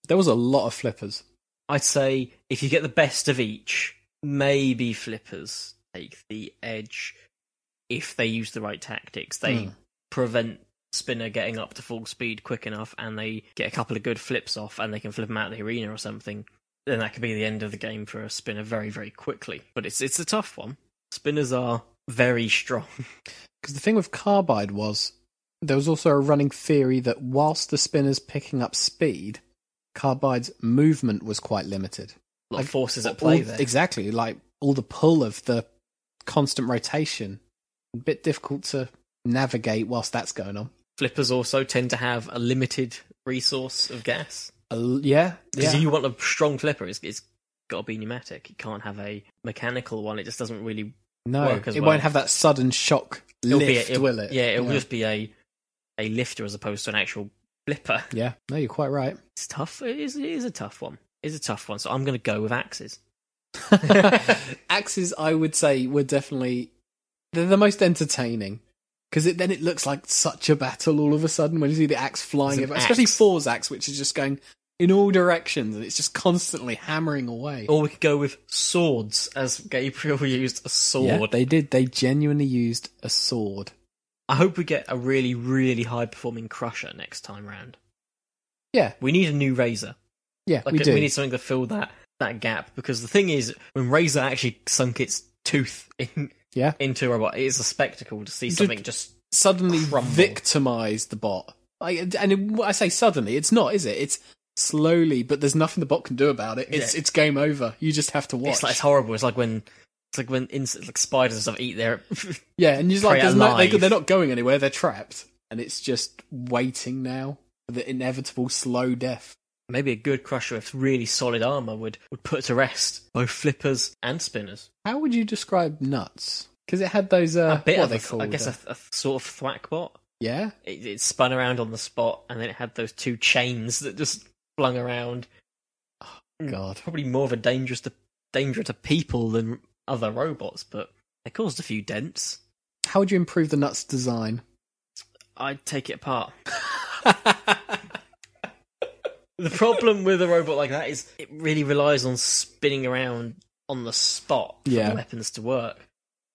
S4: There was a lot of flippers.
S5: I'd say if you get the best of each, maybe flippers take the edge if they use the right tactics. They
S4: Hmm.
S5: prevent spinner getting up to full speed quick enough and they get a couple of good flips off and they can flip them out of the arena or something. Then that could be the end of the game for a spinner very, very quickly. But it's it's a tough one. Spinners are very strong.
S4: Because the thing with carbide was there was also a running theory that whilst the spinner's picking up speed, carbide's movement was quite limited.
S5: A lot of
S4: Like,
S5: forces at play
S4: All-
S5: there.
S4: Exactly, like all the pull of the constant rotation. A bit difficult to navigate whilst that's going on.
S5: Flippers also tend to have a limited resource of gas.
S4: Uh, yeah, yeah.
S5: Because if you want a strong flipper, it's, it's got to be pneumatic. You can't have a mechanical one. It just doesn't really.
S4: no,
S5: work
S4: it
S5: as well.
S4: won't have that sudden shock
S5: It'll
S4: lift,
S5: be a, it'll-
S4: will it?
S5: Yeah, it'll
S4: yeah.
S5: just be a a lifter as opposed to an actual flipper.
S4: Yeah. no, you're quite right.
S5: It's tough. It is, it is a tough one. It is a tough one. So I'm going to go with axes.
S4: Axes, I would say, were definitely they're the most entertaining because it, then it looks like such a battle all of a sudden when you see the axe flying,
S5: There's an
S4: about, especially
S5: axe.
S4: Four's axe, which is just going in all directions and it's just constantly hammering away.
S5: Or we could go with swords, as Gabriel used a sword.
S4: Yeah, they did. They genuinely used a sword.
S5: I hope we get a really, really high performing crusher next time round.
S4: Yeah,
S5: We need a new razor.
S4: yeah,
S5: Like
S4: we
S5: we,
S4: do.
S5: need something to fill that that gap because the thing is, when Razor actually sunk its tooth in,
S4: Yeah.
S5: into a robot, it is a spectacle to see
S4: Did-
S5: something just
S4: suddenly
S5: crumble.
S4: victimize the bot. Like, and it, when I say suddenly, it's not, is it? It's slowly, but there's nothing the bot can do about it. It's
S5: Yeah.
S4: it's game over. You just have to watch.
S5: It's like it's horrible. It's like when it's like when insects, like spiders and stuff eat their.
S4: Yeah, and you're just like,
S5: Prey
S4: there's no, they,
S5: alive.
S4: they're not going anywhere. They're trapped, and it's just waiting now for the inevitable slow death.
S5: Maybe a good crusher with really solid armor would would put to rest both flippers and spinners.
S4: How would you describe nuts? Because it had those. Uh,
S5: a bit
S4: what are
S5: of a
S4: they
S5: th-
S4: called?
S5: I guess
S4: Uh,
S5: a, th- a th- sort of thwackbot.
S4: yeah,
S5: It, it spun around on the spot, and then it had those two chains that just flung around. Mm.
S4: God.
S5: Probably more of a dangerous to danger to people than other robots, but they caused a few dents.
S4: How would you improve the nuts design?
S5: I'd take it apart. the problem with a robot like that is it really relies on spinning around on the spot for
S4: Yeah.
S5: the weapons to work.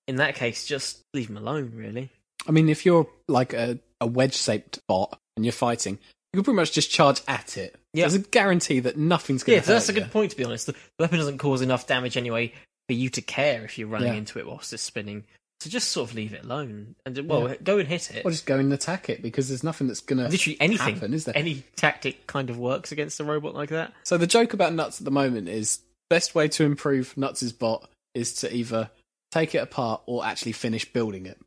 S5: In that case, just leave them alone, really.
S4: I mean, if you're like a, a wedge shaped bot and you're fighting, you can pretty much just charge at it.
S5: Yeah.
S4: There's a guarantee that nothing's going
S5: Yeah,
S4: to
S5: so that's a
S4: hurt
S5: good point, to be honest. The weapon doesn't cause enough damage anyway for you to care if you're running
S4: Yeah.
S5: into it whilst it's spinning. So just sort of leave it alone. And, well, go and hit it.
S4: you. Or just go and attack it because there's nothing that's going to
S5: Literally anything.
S4: happen, is there?
S5: Any tactic kind of works against a robot like that.
S4: So the joke about nuts at the moment is best way to improve Nuts' bot is to either take it apart or actually finish building it.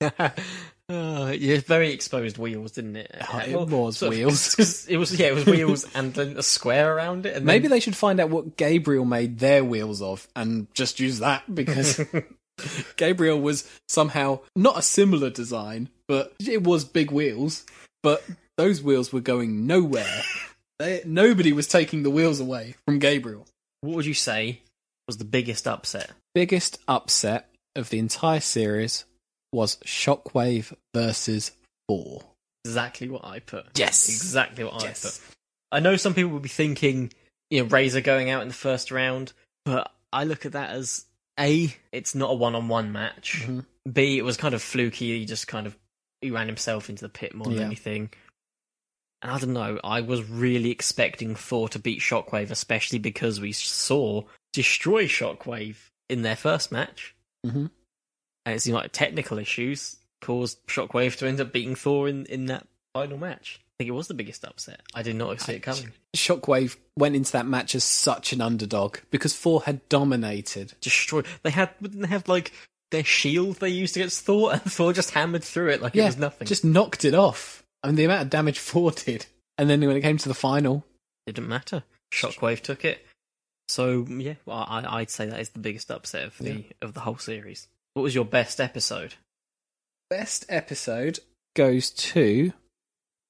S5: oh, yeah, very exposed wheels, didn't it?
S4: Oh, it
S5: Well,
S4: was
S5: sort of-
S4: wheels.
S5: 'cause it was yeah, it was wheels and then a square around it. And
S4: Maybe
S5: then,
S4: they should find out what Gabriel made their wheels of and just use that because Gabriel was somehow not a similar design, but it was big wheels, but those wheels were going nowhere. They, nobody was taking the wheels away from Gabriel.
S5: what would you say was the biggest upset?
S4: biggest upset of the entire series was Shockwave versus Four.
S5: Exactly what I put.
S4: Yes.
S5: exactly what
S4: Yes.
S5: I put. I know some people will be thinking, you know, Razor going out in the first round, but I look at that as a, it's not a one-on-one match.
S4: Mhm.
S5: B, it was kind of fluky. He just kind of he ran himself into the pit more
S4: Yeah.
S5: than anything. And I don't know. I was really expecting Thor to beat Shockwave, especially because we saw destroy Shockwave in their first match.
S4: Mhm.
S5: And it seemed like technical issues caused Shockwave to end up beating Thor in, in that final match. I think it was the biggest upset. I did not see it coming.
S4: Shockwave went into that match as such an underdog because Four had dominated.
S5: Destroy. They had. Wouldn't they have like their shield they used against Thor, and Thor just hammered through it like it was nothing.
S4: Just knocked it off. I mean, the amount of damage Four did. And then when it came to the final,
S5: didn't matter. Shockwave took it. So yeah, well, I, I'd say that is the biggest upset of the of the whole series. What was your best episode?
S4: best episode goes to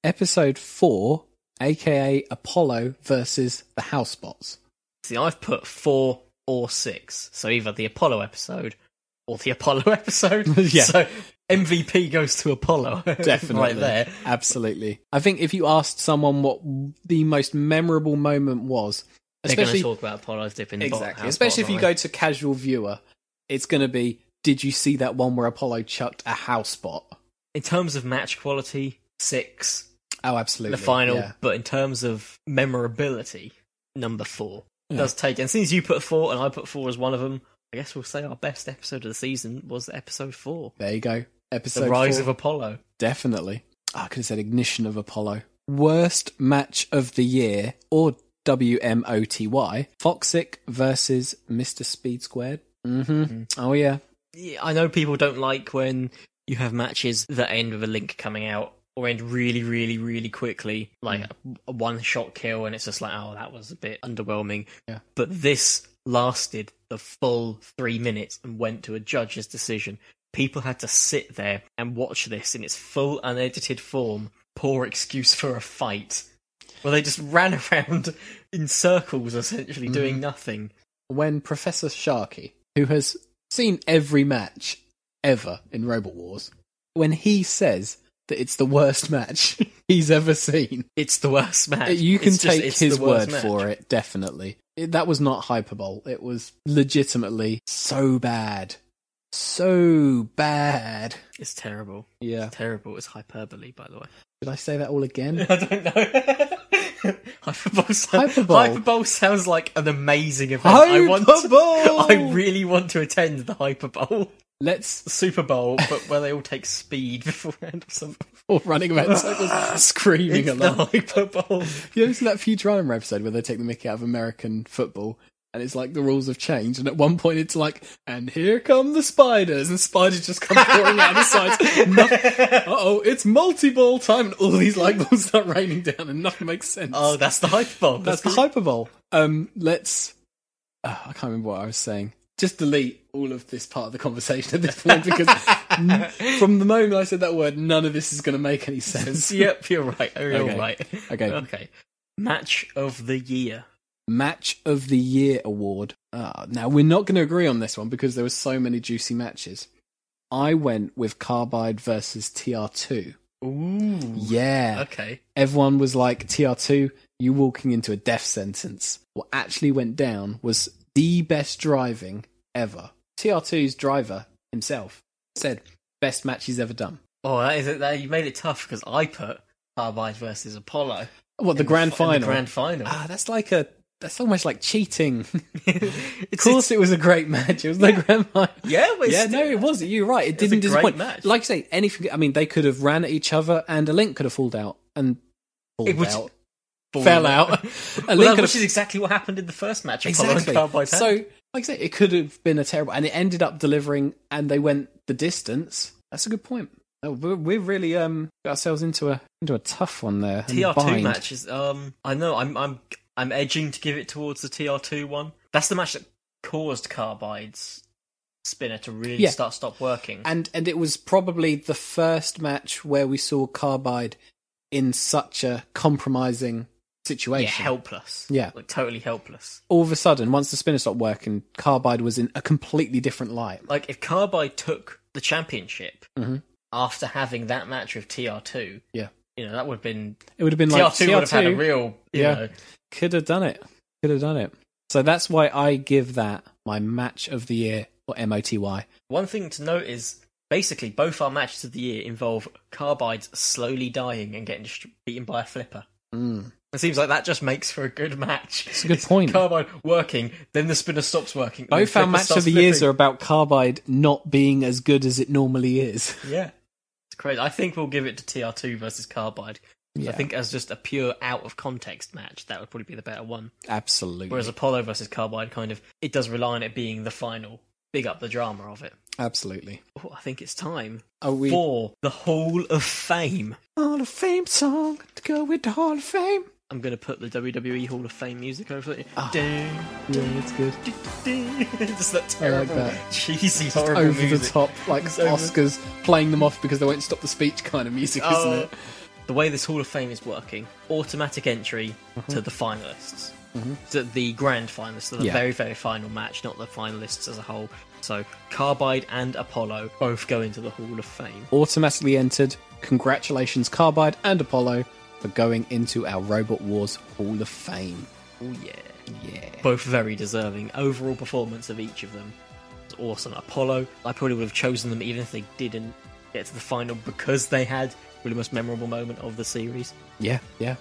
S4: episode four, aka Apollo versus the Housebots.
S5: See, I've put four or six, so either the Apollo episode or the Apollo episode.
S4: Yeah.
S5: So MVP goes to Apollo.
S4: Definitely.
S5: right there.
S4: Absolutely. I think if you asked someone what the most memorable moment was,
S5: They're going to
S4: especially
S5: talk about Apollo's dip in the bottom
S4: exactly,
S5: half,
S4: especially if
S5: bottom
S4: you
S5: line.
S4: go to casual viewer, it's going to be did you see that one where Apollo chucked a house bot?
S5: in terms of match quality, six
S4: Oh,
S5: in
S4: absolutely.
S5: the final,
S4: Yeah.
S5: but in terms of memorability, number four does take. And since you put four and I put four as one of them, I guess we'll say our best episode of the season was episode four,
S4: There you go.
S5: the
S4: Episode
S5: rise
S4: four.
S5: of Apollo.
S4: Definitely. Ah, I could have said Ignition of Apollo. Worst match of the year, or WMOTY, Foxic versus Mr. Speed Squared. hmm Oh, yeah.
S5: Yeah, I know people don't like when you have matches that end with a link coming out or end really, really, really quickly, like a one shot kill, and it's just like, oh, that was a bit underwhelming.
S4: Yeah.
S5: But this lasted the full three minutes and went to a judge's decision. People had to sit there and watch this in its full unedited form. Poor excuse for a fight. Well, they just ran around in circles, essentially doing nothing.
S4: when Professor Sharkey, who has seen every match ever in Robot Wars, when he says that it's the worst match he's ever seen,
S5: It's the worst match.
S4: you can
S5: It's just-
S4: take
S5: it's
S4: his
S5: the worst
S4: word
S5: match.
S4: for it, definitely. It, that was not hyperbole. It was legitimately so bad. So bad.
S5: It's terrible.
S4: Yeah.
S5: Terrible. It's hyperbole, by the way.
S4: Did I say that all again?
S5: I don't know. Hyperbole, sound,
S4: Hyperbole.
S5: Hyperbole sounds like an amazing event. I want.
S4: Hyperbole!
S5: I really want to attend the Hyperbole
S4: Let's
S5: Super Bowl, but where they all take speed beforehand or something.
S4: all running around in circles screaming
S5: It's the
S4: along.
S5: Hyperbole.
S4: You ever seen that Futurama episode where they take the mickey out of American football? And it's like the rules have changed. And at one point, it's like, and here come the spiders. And spiders just come pouring out of the sides. uh oh, it's multi ball time. And all these light bulbs start raining down, and nothing makes sense.
S5: Oh, that's the Hyperbole.
S4: That's the hyperbole. Um, let's. Uh, I can't remember what I was saying. Just delete all of this part of the conversation at this point because n- from the moment I said that word, none of this is going to make any sense.
S5: Yep, you're right. You're
S4: Okay.
S5: right.
S4: Okay.
S5: Okay. Match of the year.
S4: Match of the Year award. Ah, now we're not going to agree on this one because there were so many juicy matches. I went with Carbide versus TR2.
S5: Ooh.
S4: Yeah.
S5: Okay.
S4: Everyone was like, TR2, you walking into a death sentence. What actually went down was the best driving ever. TR2's driver himself said, best match he's ever done.
S5: Oh, that is it. That, you made it tough because I put Carbide versus Apollo.
S4: What, the
S5: in
S4: grand
S5: fi- in
S4: final?
S5: The grand final.
S4: Ah, that's like a, that's almost like cheating.
S5: it's,
S4: Of course, it was a great match. It was the grand final.
S5: Yeah, but
S4: yeah,
S5: still-
S4: no, it wasn't. You're right. It,
S5: was a
S4: didn't
S5: great
S4: disappoint.
S5: match.
S4: Like I say, anything. I mean, they could have ran at each other, and a link could have fallen out and
S5: It
S4: pulled
S5: was-
S4: out,
S5: ball
S4: fell
S5: out.
S4: out. a
S5: Well,
S4: link
S5: that-
S4: could
S5: which is
S4: have
S5: exactly what happened in the first match. Apollo and
S4: exactly.
S5: Carbide
S4: So, like I say, it could have been a terrible, and it ended up delivering, and they went the distance. That's a good point. Oh, we're, we're really um got ourselves into a into a tough one there. and
S5: TR two
S4: bind.
S5: matches. Um, I know. I'm I'm I'm edging to give it towards the TR two one. That's the match that caused Carbide's spinner to really
S4: Yeah.
S5: start stop working.
S4: and and it was probably the first match where we saw Carbide in such a compromising
S5: yeah,
S4: situation.
S5: helpless.
S4: Yeah.
S5: like totally helpless.
S4: all of a sudden, once the spinner stopped working, Carbide was in a completely different light.
S5: Like if Carbide took the championship
S4: Mhm.
S5: after having that match with TR two,
S4: Yeah.
S5: you know that would have been
S4: It would have been
S5: TR
S4: like
S5: two would have had a
S4: TR2
S5: real you
S4: Yeah.
S5: know
S4: could have done it, could have done it. So that's why I give that my match of the year or MOTY.
S5: One thing to note is basically both our matches of the year involve carbides slowly dying and getting dist- beaten by a flipper.
S4: Mm.
S5: It seems like that just makes for a good match. It's
S4: a good point.
S5: Carbide working, then the spinner stops working. and
S4: Both
S5: the
S4: our
S5: flipper
S4: match of
S5: starts
S4: the years are
S5: flipping.
S4: about Carbide not being as good as it normally is.
S5: yeah. It's crazy. I think we'll give it to TR2 versus Carbide. 'Cause
S4: Yeah.
S5: I think as just a pure out of context match, that would probably be the better one.
S4: Hmm. Absolutely,
S5: Whereas Apollo versus Carbide kind of it does rely on it being the final. Big up the drama of it.
S4: absolutely.
S5: Oh, I think it's time
S4: Are we
S5: for the Hall of Fame.
S4: Hall of Fame song to go with the Hall of Fame?
S5: I'm gonna put the WWE Hall of Fame music over it.
S4: Ah.
S5: Dun,
S4: Yeah, it's good.
S5: dun, dun. Just that
S4: I like
S5: terrible,
S4: that.
S5: cheesy, horrible
S4: Over
S5: music.
S4: the top, like
S5: It's over-
S4: Oscars playing them off because they won't stop the speech kind of music,
S5: Oh.
S4: isn't it?
S5: The way this Hall of Fame is working, automatic entry
S4: Mm-hmm.
S5: to the finalists, to the grand finalists, to the
S4: Yeah.
S5: very, very final match, not the finalists as a whole. So Carbide and Apollo both go into the Hall of Fame.
S4: automatically entered. Congratulations, Carbide and Apollo, for going into our Robot Wars Hall of Fame.
S5: Oh yeah,
S4: Yeah.
S5: both very deserving. Overall performance of each of them was awesome. Apollo, I probably would have chosen them even if they didn't get to the final because they had really the most memorable moment of the series.
S4: Yeah, yeah.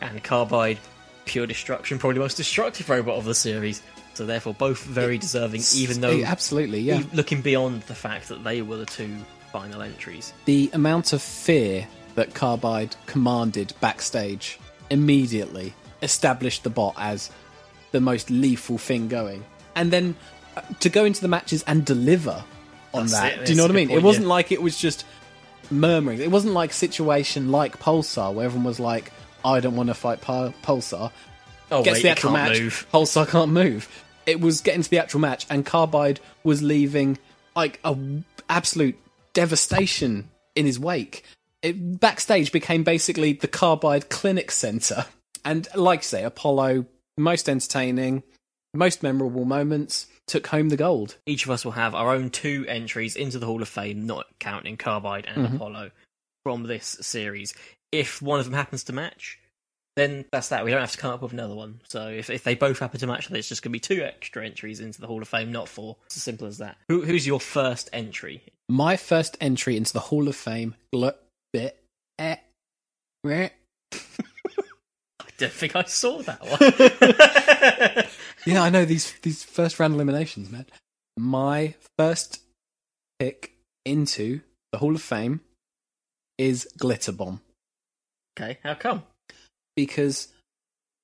S5: And Carbide, pure destruction, probably the most destructive robot of the series. So therefore, both very deserving, even though
S4: Yeah, absolutely, yeah.
S5: e- looking beyond the fact that they were the two final entries.
S4: the amount of fear that Carbide commanded backstage immediately established the bot as the most lethal thing going. And then uh, to go into the matches and deliver on
S5: That's
S4: that.
S5: it.
S4: Do you know what
S5: That's a
S4: I
S5: good
S4: mean?
S5: point,
S4: it wasn't
S5: yeah.
S4: like it was just murmuring. It wasn't like situation like Pulsar, where everyone was like, "I don't want to fight Pul- Pulsar."
S5: Oh,
S4: Gets
S5: wait,
S4: the
S5: you
S4: actual
S5: can't
S4: match.
S5: move.
S4: Pulsar can't move. It was getting to the actual match, and Carbide was leaving like a w- absolute devastation in his wake. It backstage became basically the Carbide Clinic Center, and like you say, Apollo most entertaining, most memorable moments took home the gold.
S5: Each of us will have our own two entries into the Hall of Fame, not counting Carbide and Apollo, from this series. If one of them happens to match, then that's that. We don't have to come up with another one. So if, if they both happen to match, then it's just going to be two extra entries into the Hall of Fame, not four. It's as simple as that. Who, who's your first entry?
S4: My first entry into the Hall of Fame. Gl- bit, eh, eh.
S5: I don't think I saw that one.
S4: Yeah, I know these these first round eliminations, man. My first pick into the Hall of Fame is Glitter Bomb
S5: okay, how come?
S4: because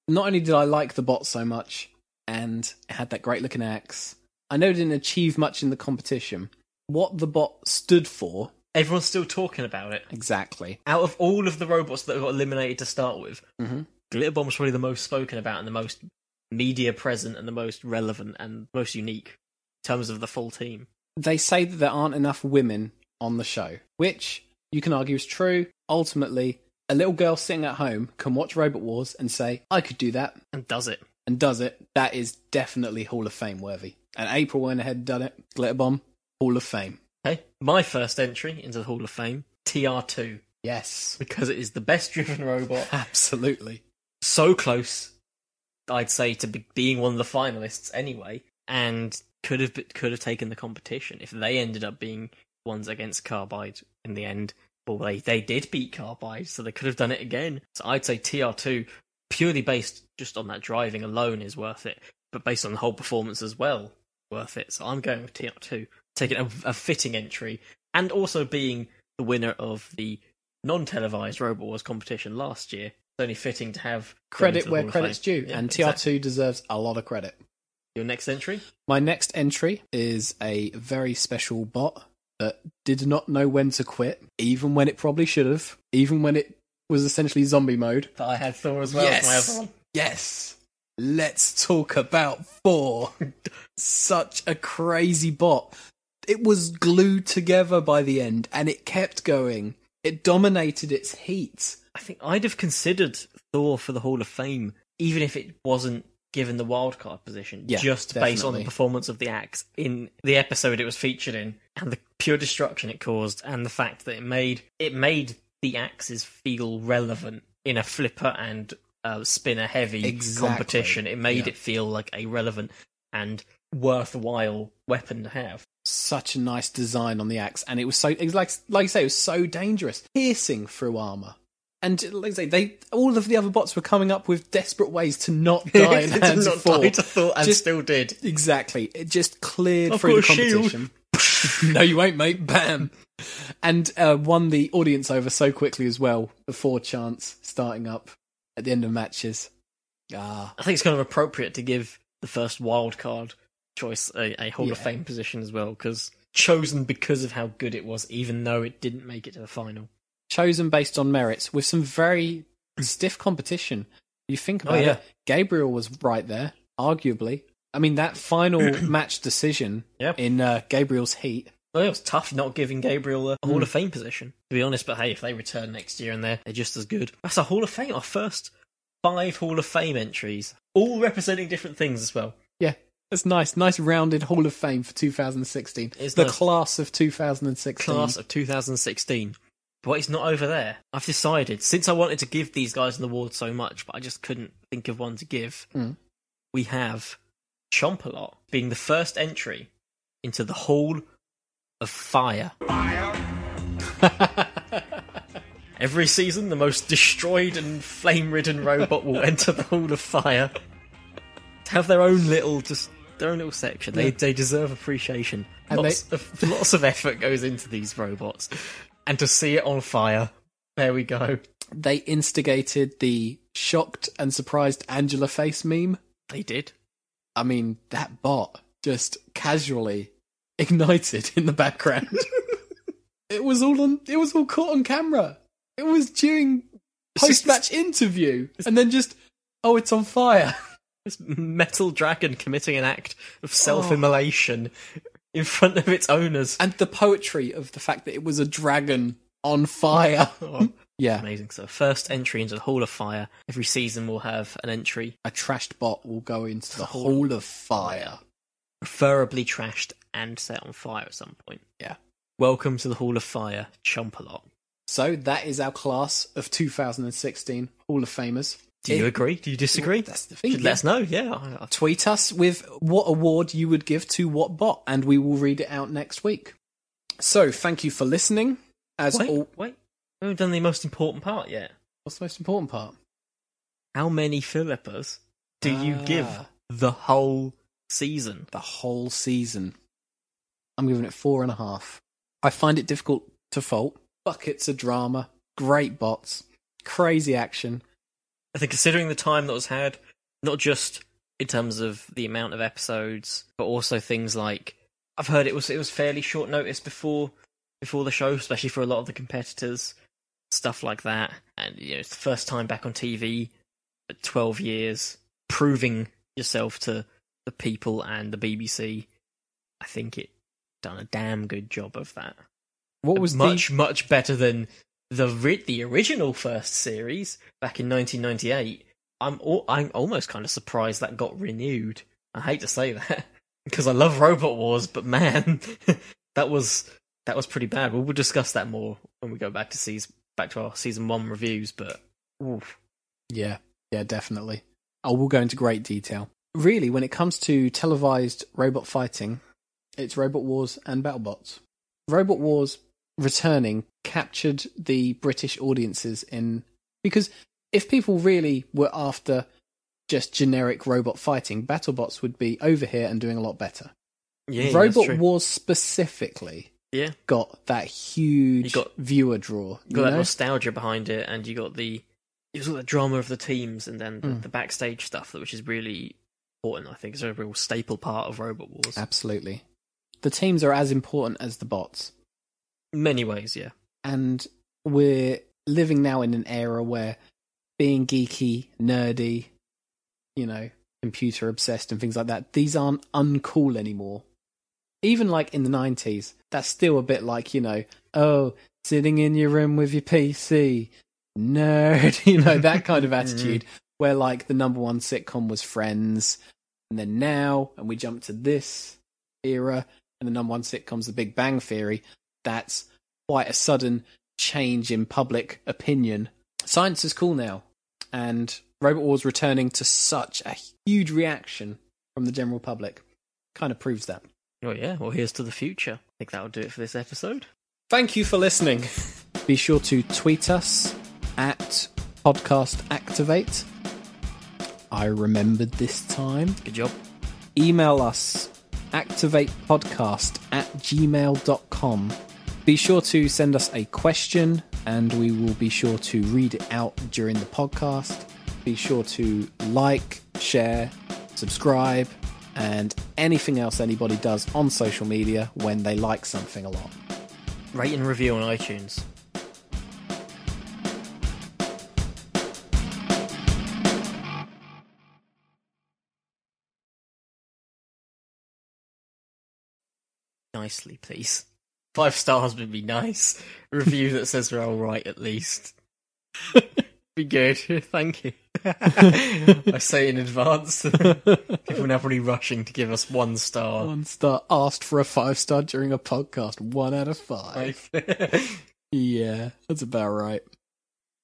S4: not only did I like the bot so much and it had that great looking axe, I know it didn't achieve much in the competition. What the bot stood for
S5: Everyone's still talking about it.
S4: exactly
S5: Out of all of the robots that got eliminated to start with,
S4: Mhm.
S5: Glitter Bomb's probably the most spoken about and the most media present and the most relevant and most unique in terms of the full team.
S4: they say that there aren't enough women on the show, which you can argue is true. Ultimately, a little girl sitting at home can watch Robot Wars and say, I could do that,
S5: And does it.
S4: and does it. That is definitely Hall of Fame worthy. And April went ahead and done it. Glitter Bomb, Hall of Fame.
S5: Okay. My first entry into the Hall of Fame, TR2,
S4: Yes,
S5: because it is the best driven robot
S4: absolutely.
S5: so close, I'd say, to be- being one of the finalists anyway, and could have could have taken the competition if they ended up being ones against Carbide in the end. Well, they they did beat Carbide, so they could have done it again. So I'd say TR two purely based just on that driving alone is worth it, but based on the whole performance as well, worth it. So I'm going with TR two, taking a, a fitting entry, and also being the winner of the non-televised Robot Wars competition last year. It's only fitting to have them into
S4: Credit
S5: the
S4: where
S5: Hall of
S4: credit's
S5: Fame.
S4: due,
S5: Yeah,
S4: and
S5: exactly.
S4: TR2 deserves a lot of credit.
S5: Your next entry.
S4: My next entry is a very special bot that did not know when to quit, even when it probably should have, even when it was essentially zombie mode.
S5: that I had Thor as well as my other one.
S4: Yes. Let's talk about four. Such a crazy bot. It was glued together by the end and it kept going. It dominated its heat.
S5: I think I'd have considered Thor for the Hall of Fame, even if it wasn't given the wildcard position,
S4: Yeah,
S5: just based on the
S4: definitely.
S5: performance of the axe in the episode it was featured in, and the pure destruction it caused, and the fact that it made it made the axes feel relevant in a flipper and uh, spinner heavy
S4: Exactly.
S5: competition. It made
S4: Yeah.
S5: it feel like a relevant and worthwhile weapon to have.
S4: Such a nice design on the axe, and it was so it was like like you say, it was so dangerous, piercing through armor. And like I say, they all of the other bots were coming up with desperate ways to not die in
S5: Did
S4: hands
S5: not
S4: of four.
S5: die to Thor and
S4: Just-
S5: still did.
S4: Exactly. It just cleared
S5: I've
S4: through the
S5: got a shield.
S4: competition. no, you won't, mate. Bam. And uh, won the audience over so quickly as well. The four chants starting up at the end of matches. Ah,
S5: I think it's kind of appropriate to give the first wild card choice a, a Hall of
S4: Yeah.
S5: Fame position as well, because chosen because of how good it was, even though it didn't make it to the final.
S4: chosen based on merits with some very stiff competition. You think
S5: Oh,
S4: about
S5: yeah.
S4: it. Gabriel was right there, arguably. I mean, that final match decision
S5: Yep.
S4: in uh, Gabriel's heat
S5: Well, it was tough not giving Gabriel a Hall of Fame position, to be honest. But hey, if they return next year and they're, they're just as good, that's a Hall of Fame. Our first five Hall of Fame entries, all representing different things as well.
S4: Yeah, that's nice. Nice rounded Hall of Fame for 2016.
S5: It's
S4: the
S5: nice.
S4: class of 2016.
S5: class of 2016. But it's not over there. I've decided, since I wanted to give these guys an award so much, but I just couldn't think of one to give,
S4: Mm.
S5: we have Chompalot being the first entry into the Hall of Fire. Every season, the most destroyed and flame ridden robot will enter the Hall of Fire to have their own little, just their own little section. They, they deserve appreciation.
S4: And
S5: lots,
S4: they-
S5: of, lots of effort goes into these robots. And to see it on fire, there we go.
S4: They instigated the shocked and surprised Angela face meme.
S5: They did.
S4: I mean, that bot just casually ignited in the background. it was all on. It was all caught on camera. It was during
S5: just-
S4: post-match interview, and then just oh, it's on fire.
S5: This metal dragon committing an act of self-immolation in front of its owners.
S4: And the poetry of the fact that it was a dragon on fire.
S5: Oh,
S4: Yeah,
S5: amazing. So, first entry into the Hall of Fire. Every season will have an entry,
S4: a trashed bot will go into the hall of fire.
S5: preferably trashed and set on fire at some point.
S4: Yeah.
S5: Welcome to the Hall of Fire, Chumpalot.
S4: So that is our class of 2016 Hall of Famers.
S5: Do you
S4: It-
S5: agree? Do you disagree?
S4: That's the thing.
S5: Should
S4: yeah.
S5: Let us know. Yeah. I- I-
S4: Tweet us with what award you would give to what bot, and we will read it out next week. So thank you for listening. As
S5: Wait,
S4: all,
S5: wait. We haven't done the most important part yet.
S4: what's the most important part?
S5: How many Philippas do you give
S4: Ah.
S5: the whole season?
S4: The whole season. I'm giving it four and a half. I find it difficult to fault. Buckets of drama, great bots, crazy action.
S5: I think considering the time that was had, not just in terms of the amount of episodes, but also things like I've heard it was it was fairly short notice before before the show, especially for a lot of the competitors, stuff like that. And you know, it's the first time back on TV at twelve years, proving yourself to the people and the BBC. I think it done a damn good job of that
S4: What was
S5: much
S4: the
S5: much better than the ri- the original first series back in 1998. I'm al- I'm almost kind of surprised that got renewed. I hate to say that because I love Robot Wars, but man, that was that was pretty bad. We'll, we'll discuss that more when we go back to season back to our season one reviews. But oof.
S4: Yeah, yeah, definitely. I will go into great detail. Really, when it comes to televised robot fighting, it's Robot Wars and BattleBots. Robot Wars returning captured the British audiences in because if people really were after just generic robot fighting, BattleBots would be over here and doing a lot better.
S5: yeah, that's
S4: robot
S5: true.
S4: Wars specifically
S5: yeah,
S4: got that huge
S5: You got-
S4: viewer draw.
S5: you
S4: you
S5: got that
S4: know?
S5: nostalgia behind it, and you got the it was all the drama of the teams, and then the,
S4: Hmm.
S5: the backstage stuff, which is really important. I think is a real staple part of Robot Wars.
S4: Absolutely. The teams are as important as the bots.
S5: In Many ways, yeah.
S4: and we're living now in an era where being geeky, nerdy, you know, computer obsessed and things like that, these aren't uncool anymore. Even like in the 90s, that's still a bit like, you know, oh, sitting in your room with your PC, nerd, you know, that kind of attitude where like the number one sitcom was Friends and then now and we jump to this era and the number one sitcom's The Big Bang Theory. That's quite a sudden change in public opinion. Science is cool now, and Robot Wars returning to such a huge reaction from the general public kind of proves that.
S5: Oh yeah. Well, here's to the future. I think that'll do it for this episode.
S4: Thank you for listening. Be sure to tweet us at podcast activate. I remembered this time.
S5: Good job.
S4: email us activatepodcast at gmail.com. Be sure to send us a question and we will be sure to read it out during the podcast. Be sure to like, share, subscribe, and anything else anybody does on social media when they like something a lot.
S5: Rate and review on iTunes. Nicely, please. Five stars would be nice. Review that says we're all right, at least. be good. Thank you. I say in advance. People are now probably rushing to give us one star.
S4: One star asked for a five star during a podcast, one out of five. Yeah, that's about right.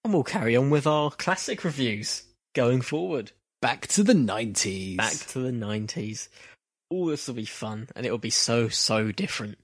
S5: And we'll carry on with our classic reviews going forward.
S4: Back to the 90s.
S5: Back to the 90s. All this will be fun and it'll be so, so different.